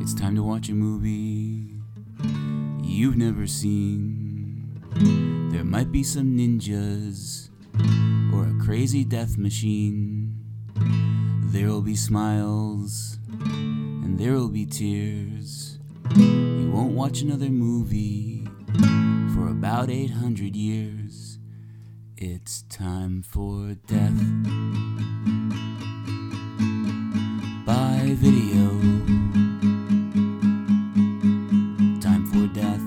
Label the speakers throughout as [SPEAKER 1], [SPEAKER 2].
[SPEAKER 1] It's time to watch a movie you've never seen. There might be some ninjas or a crazy death machine. There'll be smiles and there'll be tears. You won't watch another movie for about 800 years. It's time for death by video. Time for death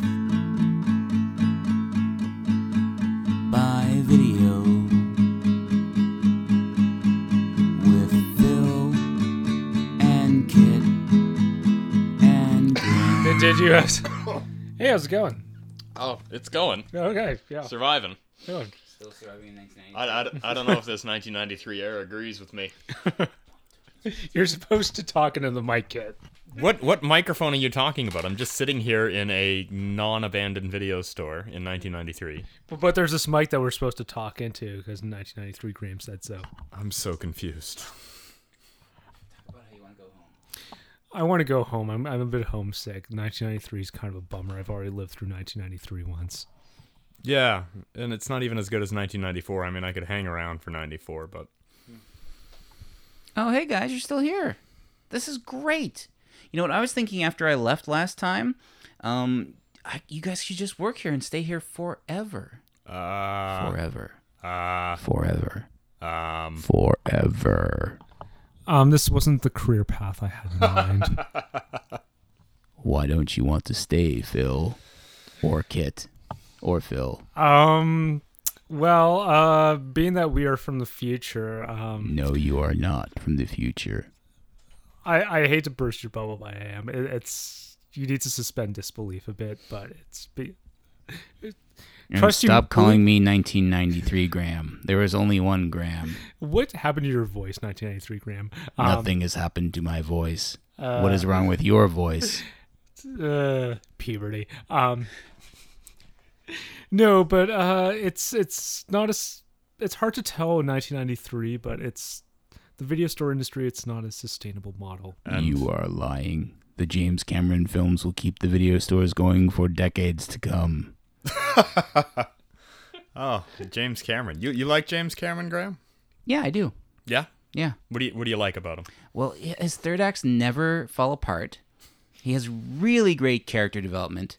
[SPEAKER 1] by video with Phil and Kit and Grin.
[SPEAKER 2] Did, did you have? s- hey, how's it going?
[SPEAKER 3] Oh, it's going.
[SPEAKER 2] Okay, yeah.
[SPEAKER 3] Surviving.
[SPEAKER 2] Good.
[SPEAKER 1] Still surviving in 1990.
[SPEAKER 3] I, I, I don't know if this 1993 era agrees with me.
[SPEAKER 2] You're supposed to talk into the mic, kid.
[SPEAKER 3] What what microphone are you talking about? I'm just sitting here in a non-abandoned video store in 1993.
[SPEAKER 2] But, but there's this mic that we're supposed to talk into because in 1993 Graham said so.
[SPEAKER 3] I'm so confused.
[SPEAKER 1] About how you want to go home.
[SPEAKER 2] I want to go home. I'm, I'm a bit homesick. 1993 is kind of a bummer. I've already lived through 1993 once.
[SPEAKER 3] Yeah, and it's not even as good as 1994. I mean, I could hang around for 94, but
[SPEAKER 1] Oh, hey guys, you're still here. This is great. You know what I was thinking after I left last time? Um, I, you guys should just work here and stay here forever.
[SPEAKER 3] uh,
[SPEAKER 1] Forever.
[SPEAKER 3] uh,
[SPEAKER 1] Forever.
[SPEAKER 3] um,
[SPEAKER 1] Forever.
[SPEAKER 2] Um, this wasn't the career path I had in mind.
[SPEAKER 1] Why don't you want to stay, Phil? Or Kit? Or Phil?
[SPEAKER 2] um, well, uh, being that we are from the future, um,
[SPEAKER 1] No, you are not from the future.
[SPEAKER 2] I, I hate to burst your bubble, but I am. It, it's you need to suspend disbelief a bit, but it's be,
[SPEAKER 1] And
[SPEAKER 2] Trust you-
[SPEAKER 1] stop calling me 1993 Graham. There is only one Graham.
[SPEAKER 2] What happened to your voice, 1993, Graham? Um,
[SPEAKER 1] Nothing has happened to my voice. what is wrong with your voice?
[SPEAKER 2] uh, puberty. Um, no, but uh, it's it's not as it's hard to tell in 1993, but it's the video store industry. It's not a sustainable model.
[SPEAKER 3] and-
[SPEAKER 1] You are lying. The James Cameron films will keep the video stores going for decades to come.
[SPEAKER 3] oh, James Cameron. You you like James Cameron, Graham?
[SPEAKER 1] Yeah, I do.
[SPEAKER 3] Yeah.
[SPEAKER 1] Yeah.
[SPEAKER 3] What do you what do you like about him?
[SPEAKER 1] Well, his third acts never fall apart. He has really great character development.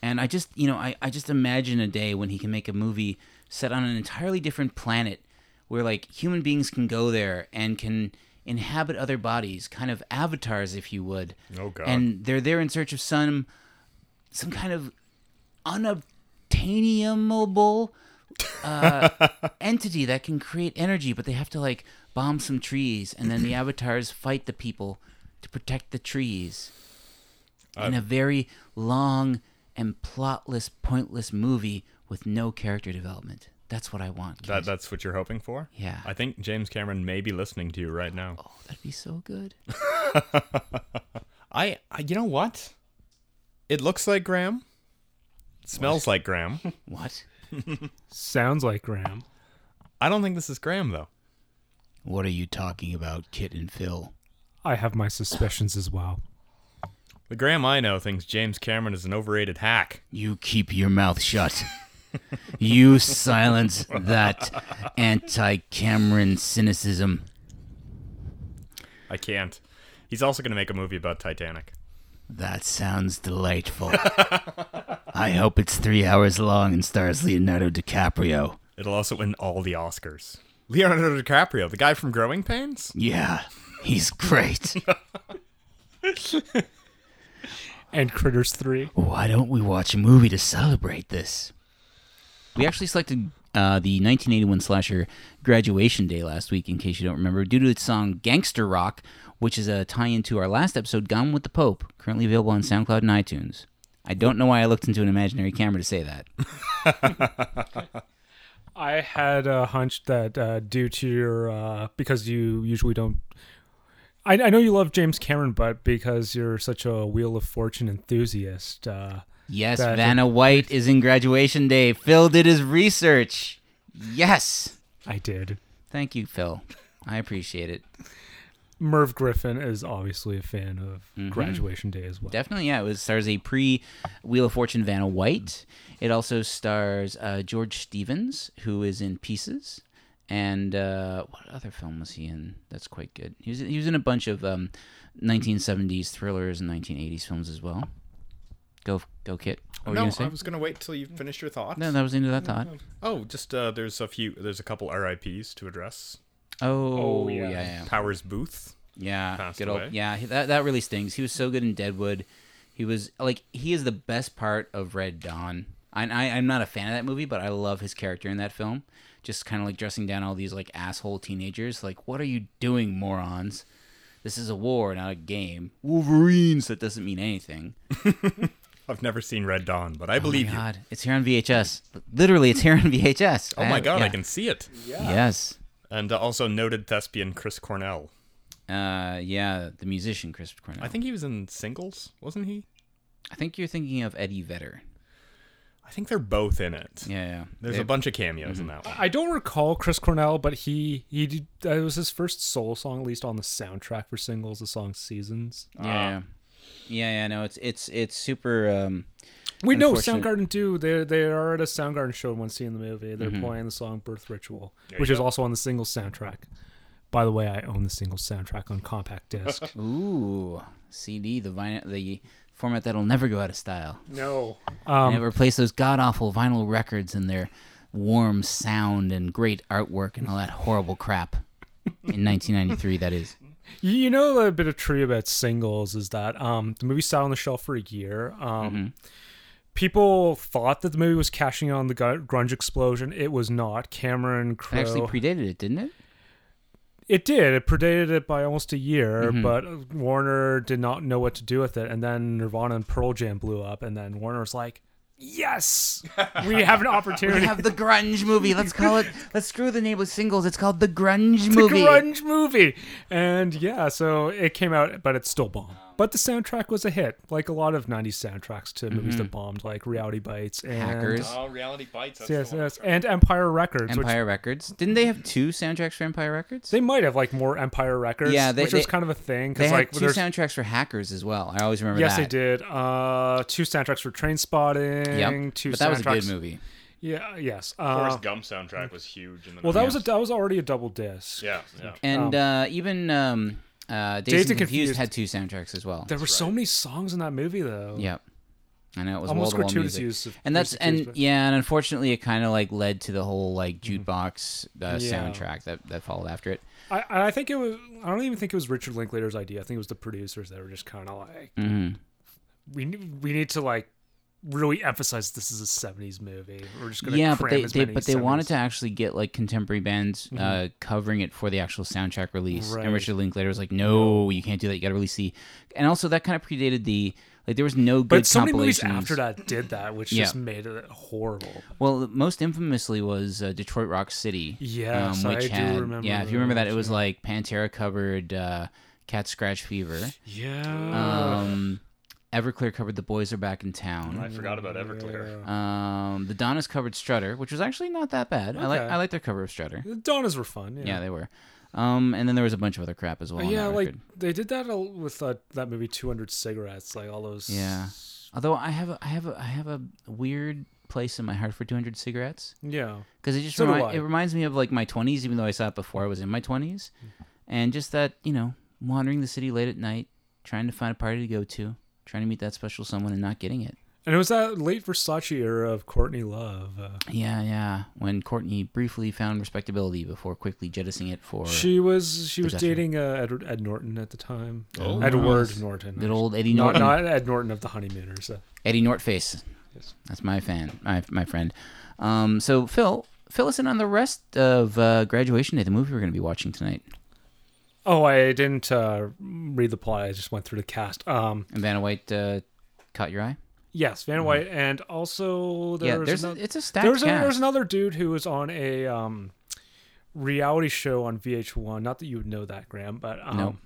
[SPEAKER 1] And I just, you know, I, I just imagine a day when he can make a movie set on an entirely different planet where, like, human beings can go there and can inhabit other bodies, kind of avatars, if you would.
[SPEAKER 3] Oh, God.
[SPEAKER 1] And they're there in search of some, some kind of unobtainable uh, entity that can create energy, but they have to like bomb some trees, and then the avatars fight the people to protect the trees. in a very long and plotless, pointless movie with no character development. That's what I want.
[SPEAKER 3] That
[SPEAKER 1] That,
[SPEAKER 3] that's what you're hoping for?
[SPEAKER 1] Yeah.
[SPEAKER 3] I think James Cameron may be listening to you right now.
[SPEAKER 1] oh, that'd be so good.
[SPEAKER 3] I, I you know what? It looks like Graham. Smells like Graham.
[SPEAKER 1] What?
[SPEAKER 2] Sounds like Graham.
[SPEAKER 3] I don't think this is Graham though.
[SPEAKER 1] What are you talking about, Kit and Phil?
[SPEAKER 2] I have my suspicions as well.
[SPEAKER 3] The Graham I know thinks James Cameron is an overrated hack.
[SPEAKER 1] You keep your mouth shut. you silence that anti Cameron cynicism.
[SPEAKER 3] I can't. He's also going to make a movie about Titanic.
[SPEAKER 1] That sounds delightful. I hope it's three hours long and stars Leonardo DiCaprio.
[SPEAKER 3] It'll also win all the Oscars. Leonardo DiCaprio, the guy from Growing Pains?
[SPEAKER 1] Yeah, he's great.
[SPEAKER 2] And Critters Three.
[SPEAKER 1] Why don't we watch a movie to celebrate this? We actually selected uh, the 1981 slasher Graduation Day last week, in case you don't remember, due to its song Gangster Rock, which is a tie in to our last episode, Gone with the Pope, currently available on SoundCloud and iTunes. I don't know why I looked into an imaginary camera to say that.
[SPEAKER 2] I had a hunch that uh, due to your uh, because you usually don't. I, I know you love James Cameron, but because you're such a Wheel of Fortune enthusiast, uh,
[SPEAKER 1] Yes,
[SPEAKER 2] That-
[SPEAKER 1] Vanna White is in graduation day. Phil did his research. Yes.
[SPEAKER 2] I did.
[SPEAKER 1] Thank you, Phil. I appreciate it.
[SPEAKER 2] Merv Griffin is obviously a fan of Graduation Day as well.
[SPEAKER 1] Definitely, yeah. It was stars a pre Wheel of Fortune Vanna White. It also stars uh, George Stevens, who is in Pieces, and uh, what other film was he in? That's quite good. He was he was in a bunch of um, 1970s thrillers and 1980s films as well. Go go, Kit. What were you
[SPEAKER 4] no,
[SPEAKER 1] gonna say?
[SPEAKER 4] I was gonna wait till you finished your thoughts.
[SPEAKER 1] No, that was into that thought.
[SPEAKER 4] Oh, just uh, there's a few, there's a couple RIPS to address.
[SPEAKER 1] Oh,
[SPEAKER 2] Oh, yeah.
[SPEAKER 1] yeah, yeah.
[SPEAKER 4] Powers Booth.
[SPEAKER 1] Yeah,
[SPEAKER 4] passed
[SPEAKER 1] good old,
[SPEAKER 4] away.
[SPEAKER 1] yeah. he- That that really stings. He was so good in Deadwood. He was like he is the best part of Red Dawn. I, I I'm not a fan of that movie, but I love his character in that film. Just kind of like dressing down all these like asshole teenagers. Like, what are you doing, morons? This is a war, not a game. Wolverines. That doesn't mean anything.
[SPEAKER 4] I've never seen Red Dawn, but I believe
[SPEAKER 1] oh my
[SPEAKER 4] you.
[SPEAKER 1] God, it's here on VHS. Literally, it's here on VHS.
[SPEAKER 4] Oh my god,
[SPEAKER 1] yeah.
[SPEAKER 4] I can see it.
[SPEAKER 1] Yes.
[SPEAKER 4] And uh, also noted thespian Chris Cornell.
[SPEAKER 1] Uh, yeah, the musician Chris Cornell.
[SPEAKER 4] I think he was in singles, wasn't he?
[SPEAKER 1] I think you're thinking of Eddie Vedder.
[SPEAKER 4] I think they're both in it.
[SPEAKER 1] Yeah, yeah.
[SPEAKER 4] There's
[SPEAKER 1] They-
[SPEAKER 4] a bunch of cameos in that one.
[SPEAKER 2] I don't recall Chris Cornell, but he he did, that was his first solo song, at least on the soundtrack for singles. The song Seasons.
[SPEAKER 1] Yeah. yeah, yeah, no, it's it's it's super. Um,
[SPEAKER 2] We know
[SPEAKER 1] Unfortunate.
[SPEAKER 2] Soundgarden do. They they are at a Soundgarden show in one scene in the movie. They're
[SPEAKER 1] Mm-hmm.
[SPEAKER 2] playing the song "Birth Ritual," which is also on the single soundtrack. By the way, I own the single soundtrack on compact disc.
[SPEAKER 1] ooh, CD, the vinyl, the format that'll never go out of style.
[SPEAKER 2] no,
[SPEAKER 1] and it replaced those god awful vinyl records and their warm sound and great artwork and all that horrible crap. In 1993, that is.
[SPEAKER 2] You- You know a bit of trivia about singles is that um, the movie sat on the shelf for a year. Um,
[SPEAKER 1] Mm-hmm.
[SPEAKER 2] People thought that the movie was cashing in on the gr- grunge explosion. It was not. Cameron
[SPEAKER 1] It
[SPEAKER 2] Crowe.
[SPEAKER 1] actually predated it, didn't it?
[SPEAKER 2] it did. It predated it by almost a year,
[SPEAKER 1] Mm-hmm.
[SPEAKER 2] but Warner did not know what to do with it. And then Nirvana and Pearl Jam blew up, and then Warner was like, "Yes, we have an
[SPEAKER 1] We
[SPEAKER 2] opportunity."
[SPEAKER 1] have the grunge movie. Let's call it. Let's screw the name with singles. It's called the grunge
[SPEAKER 2] the
[SPEAKER 1] movie.
[SPEAKER 2] grunge movie. And yeah, so it came out, but it's still
[SPEAKER 4] Um,
[SPEAKER 2] bomb. But the soundtrack was a hit, like a lot of '90s soundtracks to movies that bombed, like Reality Bites and
[SPEAKER 1] Mm-hmm. Hackers.
[SPEAKER 4] Oh, Reality Bites. That's
[SPEAKER 2] Yes, yes, and Empire Records. Which
[SPEAKER 1] Empire Records. Didn't they have two soundtracks for Empire Records?
[SPEAKER 2] they might have like more Empire Records.
[SPEAKER 1] Yeah, they-
[SPEAKER 2] which was
[SPEAKER 1] they-
[SPEAKER 2] kind of a
[SPEAKER 1] They
[SPEAKER 2] thing because
[SPEAKER 1] had
[SPEAKER 2] like
[SPEAKER 1] two
[SPEAKER 2] there's-
[SPEAKER 1] soundtracks for Hackers as well. I always remember
[SPEAKER 2] Yes,
[SPEAKER 1] that.
[SPEAKER 2] they did. Uh, two soundtracks for Train Spotting.
[SPEAKER 1] Yep.
[SPEAKER 2] Two
[SPEAKER 1] but that was a good
[SPEAKER 2] soundtracks- Oh.
[SPEAKER 1] movie.
[SPEAKER 2] Yeah. Yes. Uh,
[SPEAKER 4] Forrest Gump soundtrack was huge in the
[SPEAKER 2] well, that
[SPEAKER 4] movie.
[SPEAKER 2] was a, that was already a double disc.
[SPEAKER 4] yeah, yeah.
[SPEAKER 1] And uh, even um, uh, Days, and Confused, had two soundtracks as well.
[SPEAKER 2] There were so many songs in that movie, though.
[SPEAKER 1] Yep. I know it was
[SPEAKER 2] Almost
[SPEAKER 1] wall-to-wall
[SPEAKER 2] gratuitous
[SPEAKER 1] music.
[SPEAKER 2] use of
[SPEAKER 1] and that's
[SPEAKER 2] music cues,
[SPEAKER 1] and
[SPEAKER 2] but- Mm-hmm.
[SPEAKER 1] yeah, and unfortunately, it kind of like led to the whole like jukebox uh,
[SPEAKER 2] Yeah.
[SPEAKER 1] soundtrack that that followed after it.
[SPEAKER 2] I, and I think it was. I don't even think it was Richard Linklater's idea. I think it was the producers that were just kind of like,
[SPEAKER 1] Mm-hmm.
[SPEAKER 2] we need- we need to like really emphasize this is a '70s movie. We're just gonna
[SPEAKER 1] yeah, but
[SPEAKER 2] cram
[SPEAKER 1] they,
[SPEAKER 2] as
[SPEAKER 1] they
[SPEAKER 2] many
[SPEAKER 1] but they
[SPEAKER 2] 70s
[SPEAKER 1] wanted to actually get like contemporary bands uh, covering it for the actual soundtrack release.
[SPEAKER 2] Right.
[SPEAKER 1] And Richard Linklater was like, "No, you can't do that. You got to release the." And also, that kind of predated the like. There was no good
[SPEAKER 2] But so many movies
[SPEAKER 1] compilations
[SPEAKER 2] after that did that, which
[SPEAKER 1] Yeah. Um,
[SPEAKER 2] just made it horrible.
[SPEAKER 1] Well, most infamously was uh, Detroit Rock City. um,
[SPEAKER 2] Yes, I do remember
[SPEAKER 1] Yeah, if you remember that, it
[SPEAKER 2] those,
[SPEAKER 1] was like Pantera covered uh, Cat Scratch Fever.
[SPEAKER 2] Yeah.
[SPEAKER 1] Um, Everclear covered The Boys Are Back in
[SPEAKER 4] I
[SPEAKER 2] Oh,
[SPEAKER 1] Town.
[SPEAKER 4] forgot about Everclear.
[SPEAKER 1] Um, the Donnas covered Strutter, which was actually not that bad. I like
[SPEAKER 2] Okay.
[SPEAKER 1] I like their cover of Strutter.
[SPEAKER 2] the Donnas were fun. Yeah. Uh,
[SPEAKER 1] Yeah, they were. Um, and then there was a bunch of other crap as well. on
[SPEAKER 2] yeah,
[SPEAKER 1] that
[SPEAKER 2] like
[SPEAKER 1] record.
[SPEAKER 2] they did that al- with uh, that movie 200 cigarettes, like all those.
[SPEAKER 1] yeah. Although I have a, I have a, I have a weird place in my heart for 200 cigarettes.
[SPEAKER 2] Yeah.
[SPEAKER 1] because it just
[SPEAKER 2] So do
[SPEAKER 1] remi-
[SPEAKER 2] I.
[SPEAKER 1] it reminds me of like my 20s even though i saw it before i was in my 20s
[SPEAKER 2] Mm-hmm.
[SPEAKER 1] and just that you know wandering the city late at night trying to find a party to go to trying to meet that special someone and not getting it
[SPEAKER 2] And it was that late Versace era of Courtney Love. Uh,
[SPEAKER 1] yeah yeah when courtney briefly found respectability before quickly jettisoning it for
[SPEAKER 2] she was she was
[SPEAKER 1] Possession.
[SPEAKER 2] dating uh, Edward Ed Norton at the time.
[SPEAKER 4] Oh,
[SPEAKER 2] Edward
[SPEAKER 1] nice.
[SPEAKER 2] Norton.
[SPEAKER 1] good old eddie
[SPEAKER 2] not,
[SPEAKER 1] norton
[SPEAKER 2] not Ed Norton of the Honeymooners. Uh,
[SPEAKER 1] eddie nortface
[SPEAKER 2] Yes.
[SPEAKER 1] that's my fan my, my friend um, so phil fill us in on the rest of uh, graduation day the movie we're going to be watching tonight
[SPEAKER 2] oh, I didn't uh, read the plot. I just went through the cast. Um,
[SPEAKER 1] and vanna white uh, caught your eye
[SPEAKER 2] yes, Van White, and also there
[SPEAKER 1] Mm-hmm. yeah
[SPEAKER 2] was
[SPEAKER 1] there's a,
[SPEAKER 2] ano-
[SPEAKER 1] it's a stacked
[SPEAKER 2] there was, a,
[SPEAKER 1] cast.
[SPEAKER 2] there was another dude who was on a um, reality show on VH1. Not that you would know that, Graham, but um,
[SPEAKER 1] No.
[SPEAKER 2] it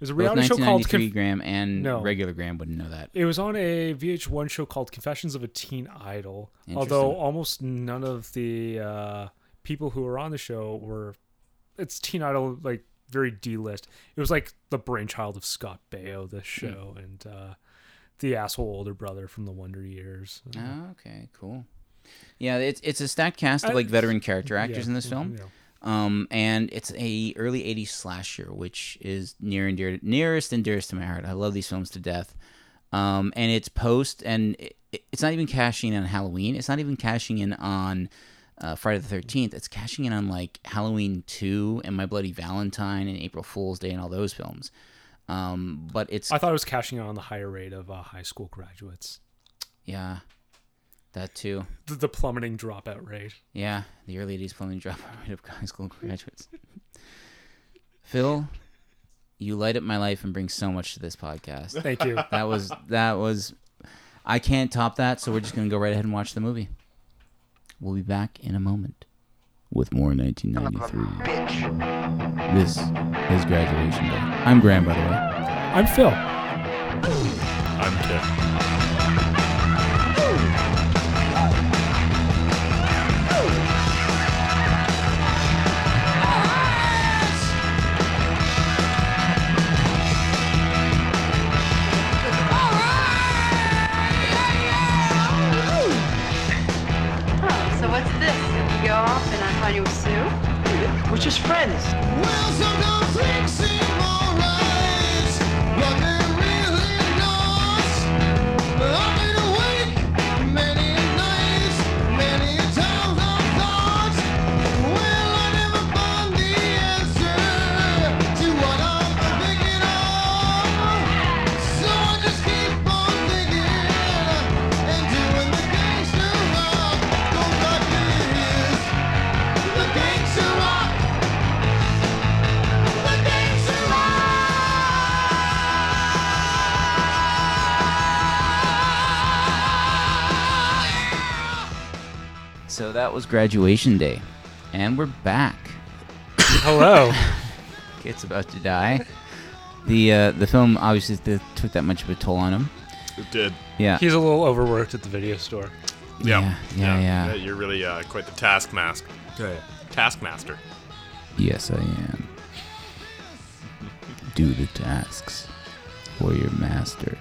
[SPEAKER 2] was a
[SPEAKER 1] Both
[SPEAKER 2] reality show called
[SPEAKER 1] 1993
[SPEAKER 2] Conf-
[SPEAKER 1] Graham and
[SPEAKER 2] No.
[SPEAKER 1] regular Graham wouldn't know that.
[SPEAKER 2] It was on a VH1 show called Confessions of a Teen Idol. Although
[SPEAKER 1] Interesting.
[SPEAKER 2] almost none of the uh, people who were on the show were. It's Teen Idol, like very D list. It was like the brainchild of Scott Baio,
[SPEAKER 1] Hmm.
[SPEAKER 2] this show, and uh, the asshole older brother from the Wonder Years.
[SPEAKER 1] Oh, okay, cool. Yeah, it's it's a stacked cast of
[SPEAKER 2] I-
[SPEAKER 1] like veteran character actors
[SPEAKER 2] Yeah,
[SPEAKER 1] in this film.
[SPEAKER 2] yeah.
[SPEAKER 1] Um, and it's a early '80s slasher, which is near and dear, nearest and dearest to my heart. I love these films to death. Um, and it's post, and it, it's not even cashing in on Halloween. It's not even cashing in on uh, Friday the Thirteenth. It's cashing in on like Halloween Two and My Bloody Valentine and April Fool's Day and all those films. Um, but it's
[SPEAKER 2] I thought it was cashing out on the higher rate of uh, high school graduates,
[SPEAKER 1] yeah, that too.
[SPEAKER 2] the, the plummeting dropout rate.
[SPEAKER 1] Yeah, the early 80s plumbing dropout rate of high school graduates. Phil, you light up my life and bring so much to this podcast.
[SPEAKER 2] Thank you.
[SPEAKER 1] That was that was I can't top that, so we're just going to go right ahead and watch the movie. We'll be back in a moment with more 1993. This is graduation day. I'm Graham, by the way.
[SPEAKER 2] I'm Phil.
[SPEAKER 4] I'm Tim.
[SPEAKER 5] Oh, so what's this? You go off and I find you a Sue?
[SPEAKER 6] We're just friends.
[SPEAKER 7] Well, sometimes things seem alright, but they really not. I've been awake many nights, many times I thought, well, I never found the answer to what I'm thinking of. So I just keep on thinking and doing the gangster rock. Go back to years, the gangster rock. The things you
[SPEAKER 1] So that was graduation day, and we're back.
[SPEAKER 2] Hello.
[SPEAKER 1] It's about to die. The uh, the film obviously th- took that much of a toll on him.
[SPEAKER 3] It did.
[SPEAKER 1] Yeah.
[SPEAKER 2] He's a little overworked at the video store.
[SPEAKER 1] Yeah, yeah, yeah.
[SPEAKER 3] You're really uh, quite the taskmaster.
[SPEAKER 4] Taskmaster.
[SPEAKER 1] Yes, I am. Do the tasks for your master.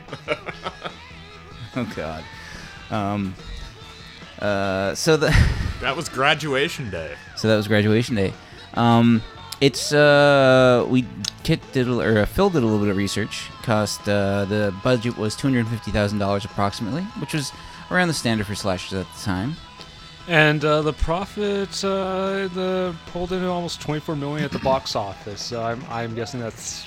[SPEAKER 1] oh God. Um. Uh. So the
[SPEAKER 4] That was graduation day.
[SPEAKER 1] so that was graduation day. Um. It's uh. We Kit did a, l- or uh, Phil did a little bit of research. Cost uh the budget was two hundred fifty thousand dollars approximately, which was around the standard for slashers at the time.
[SPEAKER 2] And uh, the profit uh, the pulled in almost 24 million at the box office. So I'm, I'm guessing that's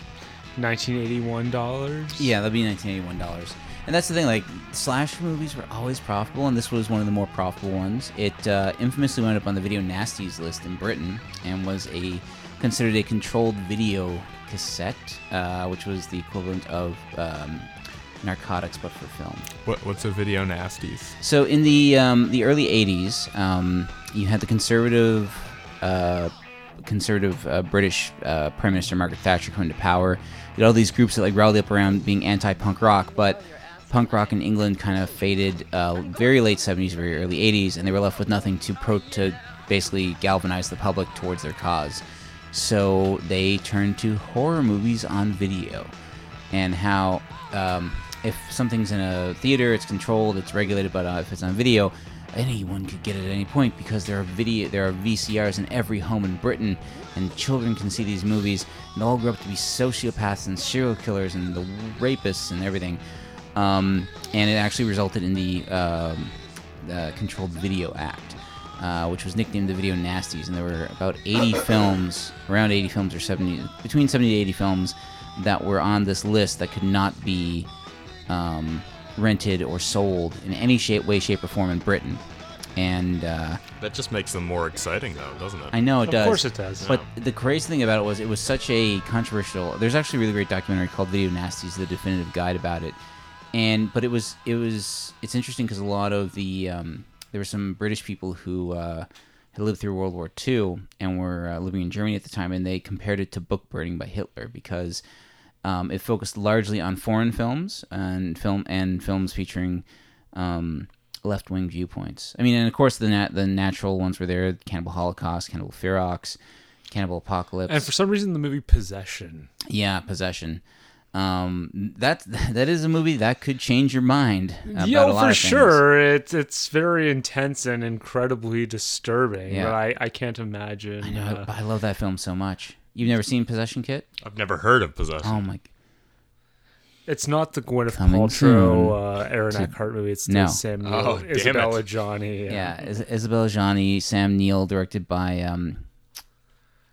[SPEAKER 2] 1981 dollars.
[SPEAKER 1] Yeah, that'd be nineteen eighty one dollars. And that's the thing, like slash movies were always profitable, and this was one of the more profitable ones. It uh, infamously wound up on the video nasties list in Britain, and was a considered a controlled video cassette, uh, which was the equivalent of um, narcotics but for film.
[SPEAKER 4] What, what's a video nasties?
[SPEAKER 1] So in the um, the early '80s, um, you had the conservative uh, conservative uh, British uh, Prime Minister Margaret Thatcher come to power. You had all these groups that like rallied up around being anti-punk rock, but punk rock in England kind of faded uh, very late '70s, very early '80s, and they were left with nothing to pro- to basically galvanize the public towards their cause. So they turned to horror movies on video and how um, if something's in a theater, it's controlled, it's regulated, but uh, if it's on video, anyone could get it at any point because there are video, there are VCRs in every home in Britain, and children can see these movies, and they all grow up to be sociopaths and serial killers and the rapists and everything. Um, and it actually resulted in the, um, the Controlled Video Act. Uh, which was nicknamed the Video Nasties, and there were about 80 films, around 80 films or 70, between 70 to 80 films that were on this list that could not be um, rented or sold in any shape, way, shape, or form in Britain. And uh,
[SPEAKER 4] That just makes them more exciting, though, doesn't it?
[SPEAKER 1] I know it
[SPEAKER 2] Of
[SPEAKER 1] does.
[SPEAKER 2] course it does.
[SPEAKER 1] But the crazy thing about it was it was such a controversial. There's actually a really great documentary called Video Nasties: The Definitive Guide about it. And but it was it was it's interesting because a lot of the um, there were some British people who uh, had lived through World War II and were uh, living in Germany at the time, and they compared it to book burning by Hitler because um, it focused largely on foreign films and film and films featuring um, left wing viewpoints. I mean, and of course the nat- the natural ones were there: Cannibal Holocaust, Cannibal Ferox, Cannibal Apocalypse.
[SPEAKER 2] And for some reason, the movie Possession.
[SPEAKER 1] Yeah, possession. Um, that that is a movie that could change your mind. About a
[SPEAKER 2] yeah,
[SPEAKER 1] lot
[SPEAKER 2] for
[SPEAKER 1] of things.
[SPEAKER 2] sure. It's it's very intense and incredibly disturbing.
[SPEAKER 1] Yeah.
[SPEAKER 2] But I, I can't imagine.
[SPEAKER 1] I know,
[SPEAKER 2] uh,
[SPEAKER 1] but I love that film so much. You've never seen Possession Kit?
[SPEAKER 3] I've never heard of possession.
[SPEAKER 1] Oh my!
[SPEAKER 2] it's not the Gwyneth
[SPEAKER 1] Coming soon
[SPEAKER 2] Paltrow, uh, Aaron Eckhart movie. It's the
[SPEAKER 1] No.
[SPEAKER 2] Samuel
[SPEAKER 3] Oh, damn it.
[SPEAKER 2] Isabella Johnny. uh,
[SPEAKER 1] Yeah, Is- Isabel Johnny, Sam Neill, directed by um,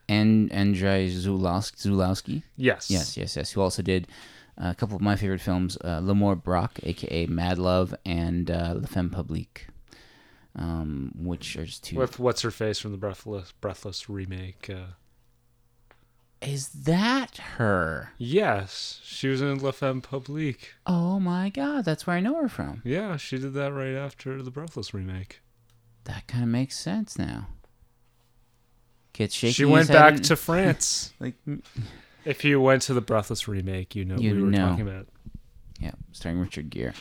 [SPEAKER 1] and Andrzej Zulowski. Zulowski.
[SPEAKER 2] Yes.
[SPEAKER 1] Yes, yes, yes. Who also did uh, a couple of my favorite films, uh, L'Amour Brock, aka Mad Love, and uh, La Femme Publique, um, which are just two.
[SPEAKER 2] With what's her face from the Breathless Breathless remake. Uh,
[SPEAKER 1] Is that her?
[SPEAKER 2] yes, she was in La Femme Publique.
[SPEAKER 1] Oh my God, that's where I know her from.
[SPEAKER 2] Yeah, she did that right after the Breathless remake.
[SPEAKER 1] That kind of makes sense now. Kids shaking.
[SPEAKER 2] she
[SPEAKER 1] his
[SPEAKER 2] went
[SPEAKER 1] head
[SPEAKER 2] back
[SPEAKER 1] and-
[SPEAKER 2] to France.
[SPEAKER 1] like,
[SPEAKER 2] If you went to the Breathless remake, you know
[SPEAKER 1] You
[SPEAKER 2] we were
[SPEAKER 1] know.
[SPEAKER 2] talking about.
[SPEAKER 1] yeah, starring Richard Gere,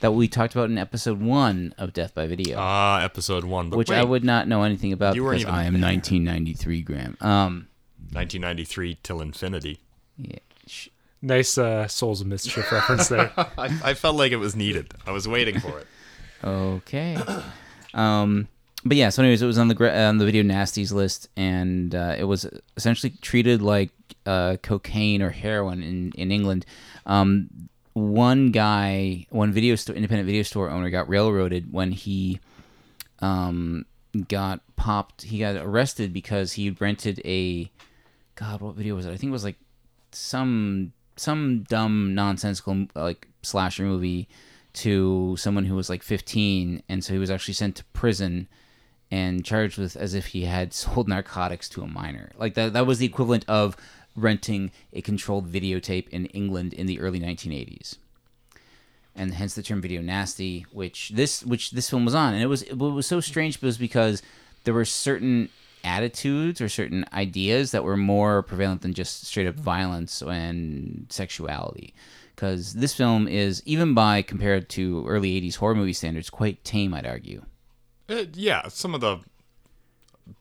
[SPEAKER 1] that we talked about in episode one of Death by Video,
[SPEAKER 3] Ah, episode one. But
[SPEAKER 1] which
[SPEAKER 3] wait,
[SPEAKER 1] I would not know anything about
[SPEAKER 3] You weren't
[SPEAKER 1] because
[SPEAKER 3] even
[SPEAKER 1] I am 1993 Graham. Um,
[SPEAKER 3] 1993 till infinity.
[SPEAKER 1] yeah, sh-
[SPEAKER 2] Nice uh, Souls of Mischief reference there.
[SPEAKER 3] I, I felt like it was needed. I was waiting for it.
[SPEAKER 1] okay. um, but yeah, so anyways, it was on the gra- on the video nasties list, and uh, it was essentially treated like uh, cocaine or heroin in in England. Um, one guy, one video store, independent video store owner, got railroaded when he um, got popped. He got arrested because he rented a God. What video was it? I think it was like some some dumb nonsensical like slasher movie to someone who was like 15, and so he was actually sent to prison and charged with as if he had sold narcotics to a minor. Like that that was the equivalent of renting a controlled videotape in England in the early 1980s and hence the term video nasty which this which this film was on and it was it was so strange was because there were certain attitudes or certain ideas that were more prevalent than just straight up violence and sexuality because this film is even by compared to early 80s horror movie standards quite tame i'd argue
[SPEAKER 3] Uh, yeah, some of the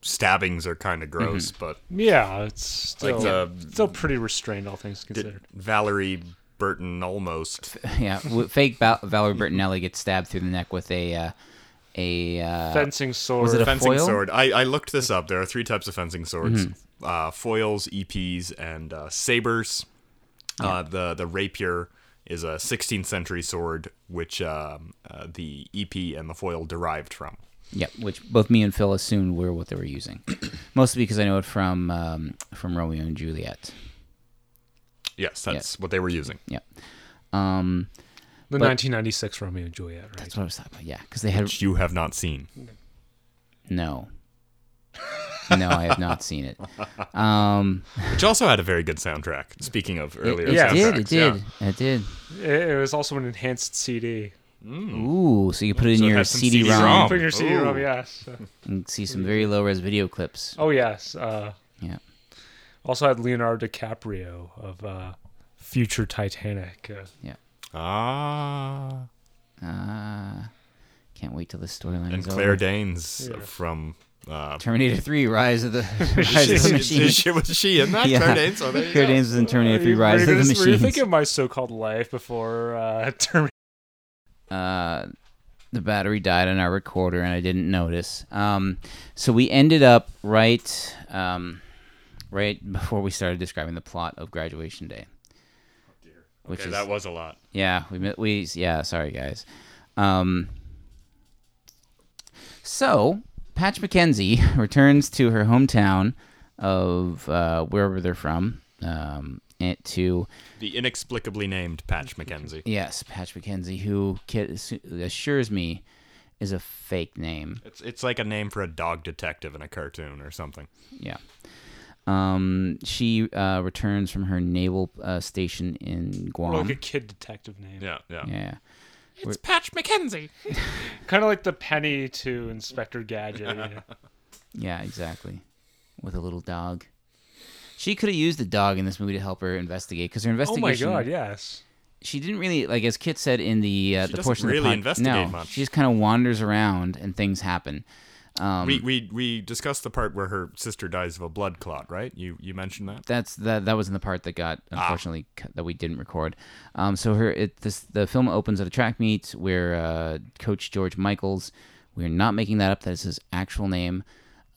[SPEAKER 3] stabbings are kind of gross,
[SPEAKER 1] Mm-hmm.
[SPEAKER 3] but
[SPEAKER 2] yeah, it's still,
[SPEAKER 3] Like the-
[SPEAKER 2] still pretty restrained, all things
[SPEAKER 3] did
[SPEAKER 2] considered.
[SPEAKER 3] Valerie Burton almost.
[SPEAKER 1] yeah w- fake Val- valerie bertinelli gets stabbed through the neck with a uh, a uh,
[SPEAKER 2] Fencing sword.
[SPEAKER 1] was it a
[SPEAKER 3] Fencing
[SPEAKER 1] foil? Mm-hmm.
[SPEAKER 3] sword. I, I looked this up. There are three types of fencing swords: uh, foils, EPs, and uh, sabers. Uh, the the rapier is a 16th century sword, which um, uh, the EP and the foil derived from.
[SPEAKER 1] Yeah, which both me and Phil assumed were what they were using, mostly because I know it from um, from Romeo and Juliet.
[SPEAKER 3] Yes, that's what they were using.
[SPEAKER 1] Yeah, um,
[SPEAKER 2] the
[SPEAKER 1] but-
[SPEAKER 2] 1996 Romeo and Juliet, right?
[SPEAKER 1] that's what I was talking about. Yeah, because they had
[SPEAKER 3] Which you have not seen.
[SPEAKER 1] no, no, I have not seen it.
[SPEAKER 3] Which also had a very good soundtrack. Speaking of earlier,
[SPEAKER 1] it,
[SPEAKER 2] yeah,
[SPEAKER 1] it did,
[SPEAKER 3] soundtracks,
[SPEAKER 1] it did, it did.
[SPEAKER 2] It, it was also an enhanced CD.
[SPEAKER 1] Ooh, so you put it in
[SPEAKER 3] So it
[SPEAKER 1] your
[SPEAKER 3] had some
[SPEAKER 1] CD-ROM
[SPEAKER 2] Put in your CD-ROM,
[SPEAKER 3] Ooh.
[SPEAKER 2] yes.
[SPEAKER 1] and see some very low-res video clips.
[SPEAKER 2] Oh yes. Uh,
[SPEAKER 1] Yeah,
[SPEAKER 2] also had Leonardo DiCaprio of uh, future Titanic. Uh,
[SPEAKER 1] yeah.
[SPEAKER 3] Ah,
[SPEAKER 1] Uh, can't wait till the storyline
[SPEAKER 3] and
[SPEAKER 1] is
[SPEAKER 3] Claire
[SPEAKER 1] over.
[SPEAKER 3] Danes from. Uh,
[SPEAKER 1] Terminator Three: Rise of the Rise of the Machine.
[SPEAKER 3] is she, was she in that?
[SPEAKER 1] Yeah.
[SPEAKER 3] Claire Danes. Oh, there you
[SPEAKER 1] Claire
[SPEAKER 3] go.
[SPEAKER 1] Danes was in Terminator Three:
[SPEAKER 2] were
[SPEAKER 1] Rise
[SPEAKER 2] you
[SPEAKER 1] of the
[SPEAKER 2] gonna- were you
[SPEAKER 1] Machine.
[SPEAKER 2] thinking of my so-called life before uh, Terminator?
[SPEAKER 1] uh, the battery died on our recorder and I didn't notice. Um, so we ended up right um, right before we started describing the plot of Graduation Day. Which
[SPEAKER 3] Oh, Okay,
[SPEAKER 1] is
[SPEAKER 3] that was a lot.
[SPEAKER 1] yeah we mi- we yeah sorry guys. Um, so Patch McKenzie returns to her hometown of uh, wherever they're from um, and to
[SPEAKER 3] The inexplicably named Patch McKenzie.
[SPEAKER 1] yes Patch McKenzie who kid, assures me is a fake name.
[SPEAKER 3] It's it's like a name for a dog detective in a cartoon or something.
[SPEAKER 1] Yeah. Um, she uh, returns from her naval uh, station in Guam.
[SPEAKER 2] Or like a kid detective name.
[SPEAKER 3] Yeah, yeah.
[SPEAKER 1] yeah.
[SPEAKER 2] Kind of like the penny to Inspector Gadget. you know?
[SPEAKER 1] Yeah, exactly. With a little dog. She could have used a dog in this movie to help her investigate because her
[SPEAKER 2] Oh my
[SPEAKER 1] investigation.
[SPEAKER 2] god, yes.
[SPEAKER 1] She didn't really like, as Kit said in the uh, the
[SPEAKER 3] doesn't
[SPEAKER 1] portion
[SPEAKER 3] really
[SPEAKER 1] of the pod-
[SPEAKER 3] investigate
[SPEAKER 1] no,
[SPEAKER 3] much.
[SPEAKER 1] She just kind of wanders around and things happen. Um,
[SPEAKER 3] we, we we discussed the part where her sister dies of a blood clot, right? You you mentioned that.
[SPEAKER 1] that's that that was in the part that got
[SPEAKER 2] Ah.
[SPEAKER 1] unfortunately cut, that we didn't record. Um, so her it this the film opens at a track meet where uh, Coach George Michaels, we're not making that up. That is his actual name.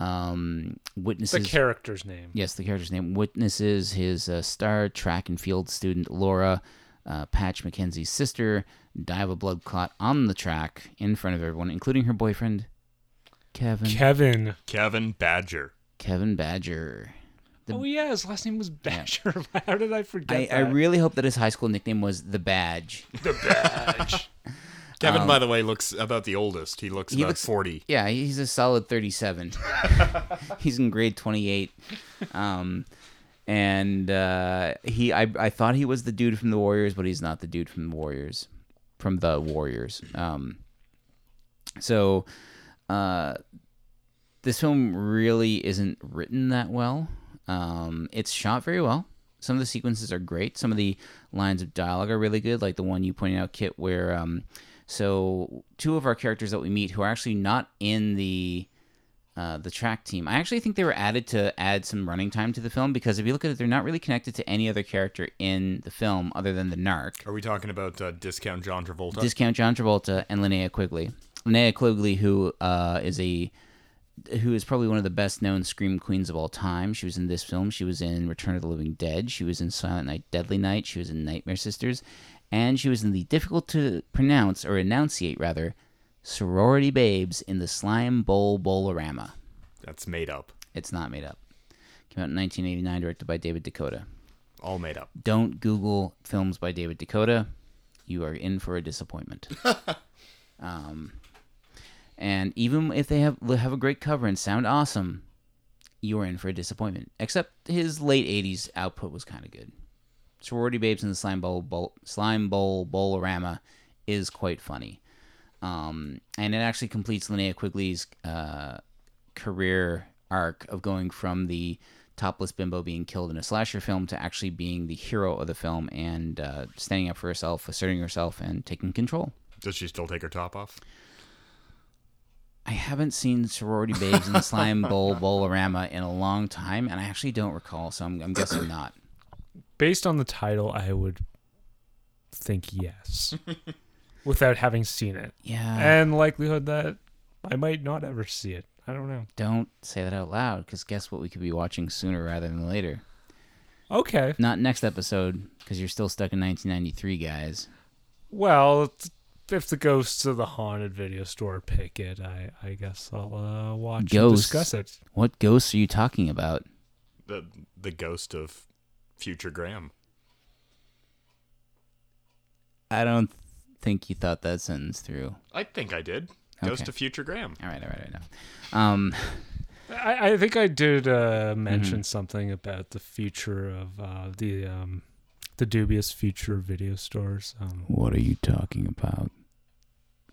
[SPEAKER 1] Um,
[SPEAKER 2] The
[SPEAKER 1] witnesses.
[SPEAKER 2] character's name.
[SPEAKER 1] Yes, the character's name witnesses his uh, star track and field student Laura uh, Patch McKenzie's sister die of a blood clot on the track in front of everyone, including her boyfriend Kevin.
[SPEAKER 2] Kevin.
[SPEAKER 3] Kevin Badger.
[SPEAKER 1] Kevin Badger. The-
[SPEAKER 2] oh yeah, his last name was Badger. How did I forget?
[SPEAKER 1] I, I
[SPEAKER 2] that?
[SPEAKER 1] really hope that his high school nickname was the Badge.
[SPEAKER 3] Kevin, by the way, looks about the oldest. He looks
[SPEAKER 1] Um, he
[SPEAKER 3] about
[SPEAKER 1] looks-
[SPEAKER 3] forty.
[SPEAKER 1] Yeah, he's a solid 37. he's in grade 28. Um, and uh, he, I, I thought he was the dude from the Warriors, but he's not the dude from the Warriors, from the Warriors. Um, so, uh, this film really isn't written that well. Um, it's shot very well. Some of the sequences are great. Some of the lines of dialogue are really good, like the one you pointed out, Kit, where um, so two of our characters that we meet who are actually not in the uh, the track team. I actually think they were added to add some running time to the film because if you look at it, they're not really connected to any other character in the film other than the narc.
[SPEAKER 3] Are we talking about uh, discount John Travolta?
[SPEAKER 1] Discount John Travolta and Linnea Quigley. Linnea Quigley, who uh, is a who is probably one of the best known scream queens of all time. She was in this film. She was in Return of the Living Dead. She was in Silent Night, Deadly Night. She was in Nightmare Sisters, and she was in the difficult to pronounce or enunciate rather sorority babes in the Slime Bowl Bolorama.
[SPEAKER 3] That's made up.
[SPEAKER 1] It's not made up. Came out in 1989, directed by David Dakota.
[SPEAKER 3] All made up.
[SPEAKER 1] Don't Google films by David Dakota. You are in for a disappointment. um, and even if they have have a great cover and sound awesome, you are in for a disappointment. Except his late '80s output was kind of good. Sorority Babes and the Slime Bowl, bowl Slime Bowl Bowlerama is quite funny, um, and it actually completes Linnea Quigley's uh, career arc of going from the topless bimbo being killed in a slasher film to actually being the hero of the film and uh, standing up for herself, asserting herself, and taking control.
[SPEAKER 3] Does she still take her top off?
[SPEAKER 1] I haven't seen Sorority Babes in the Slime Bowl Bolorama in a long time, and I actually don't recall, so I'm, I'm guessing not.
[SPEAKER 2] Based on the title, I would think yes, without having seen it,
[SPEAKER 1] Yeah,
[SPEAKER 2] and likelihood that I might not ever see it. I don't know.
[SPEAKER 1] don't say that out loud, because guess what we could be watching sooner rather than later?
[SPEAKER 2] Okay.
[SPEAKER 1] Not next episode, because you're still stuck in 1993, guys.
[SPEAKER 2] Well, it's- if the ghosts of the haunted video store pick it, I, I guess I'll uh, watch and
[SPEAKER 1] Ghosts.
[SPEAKER 2] discuss it.
[SPEAKER 1] What ghosts are you talking about?
[SPEAKER 3] The the ghost of future Graham.
[SPEAKER 1] I don't think you thought that sentence through.
[SPEAKER 3] I think I did.
[SPEAKER 1] Okay.
[SPEAKER 3] Ghost of future Graham.
[SPEAKER 1] All right, all right, all right. enough. Um,
[SPEAKER 2] I, I think I did
[SPEAKER 1] Mm-hmm.
[SPEAKER 2] uh, mention something about the future of uh, the um, the dubious future of video stores. Um,
[SPEAKER 1] What are you talking about?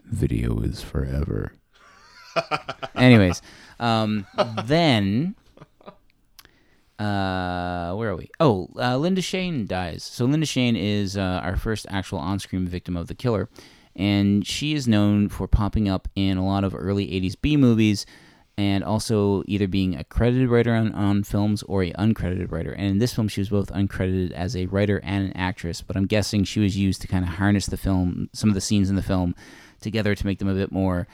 [SPEAKER 1] Video is forever. Anyways, um, then uh, where are we? Oh, uh, Linda Shane dies. So Linda Shane is uh, our first actual on-screen victim of the killer, and she is known for popping up in a lot of early '80s B movies, and also either being a credited writer on, on films or a uncredited writer. And in this film, she was both uncredited as a writer and an actress. But I'm guessing she was used to kind of harness the film, some of the scenes in the film, together to make them a bit more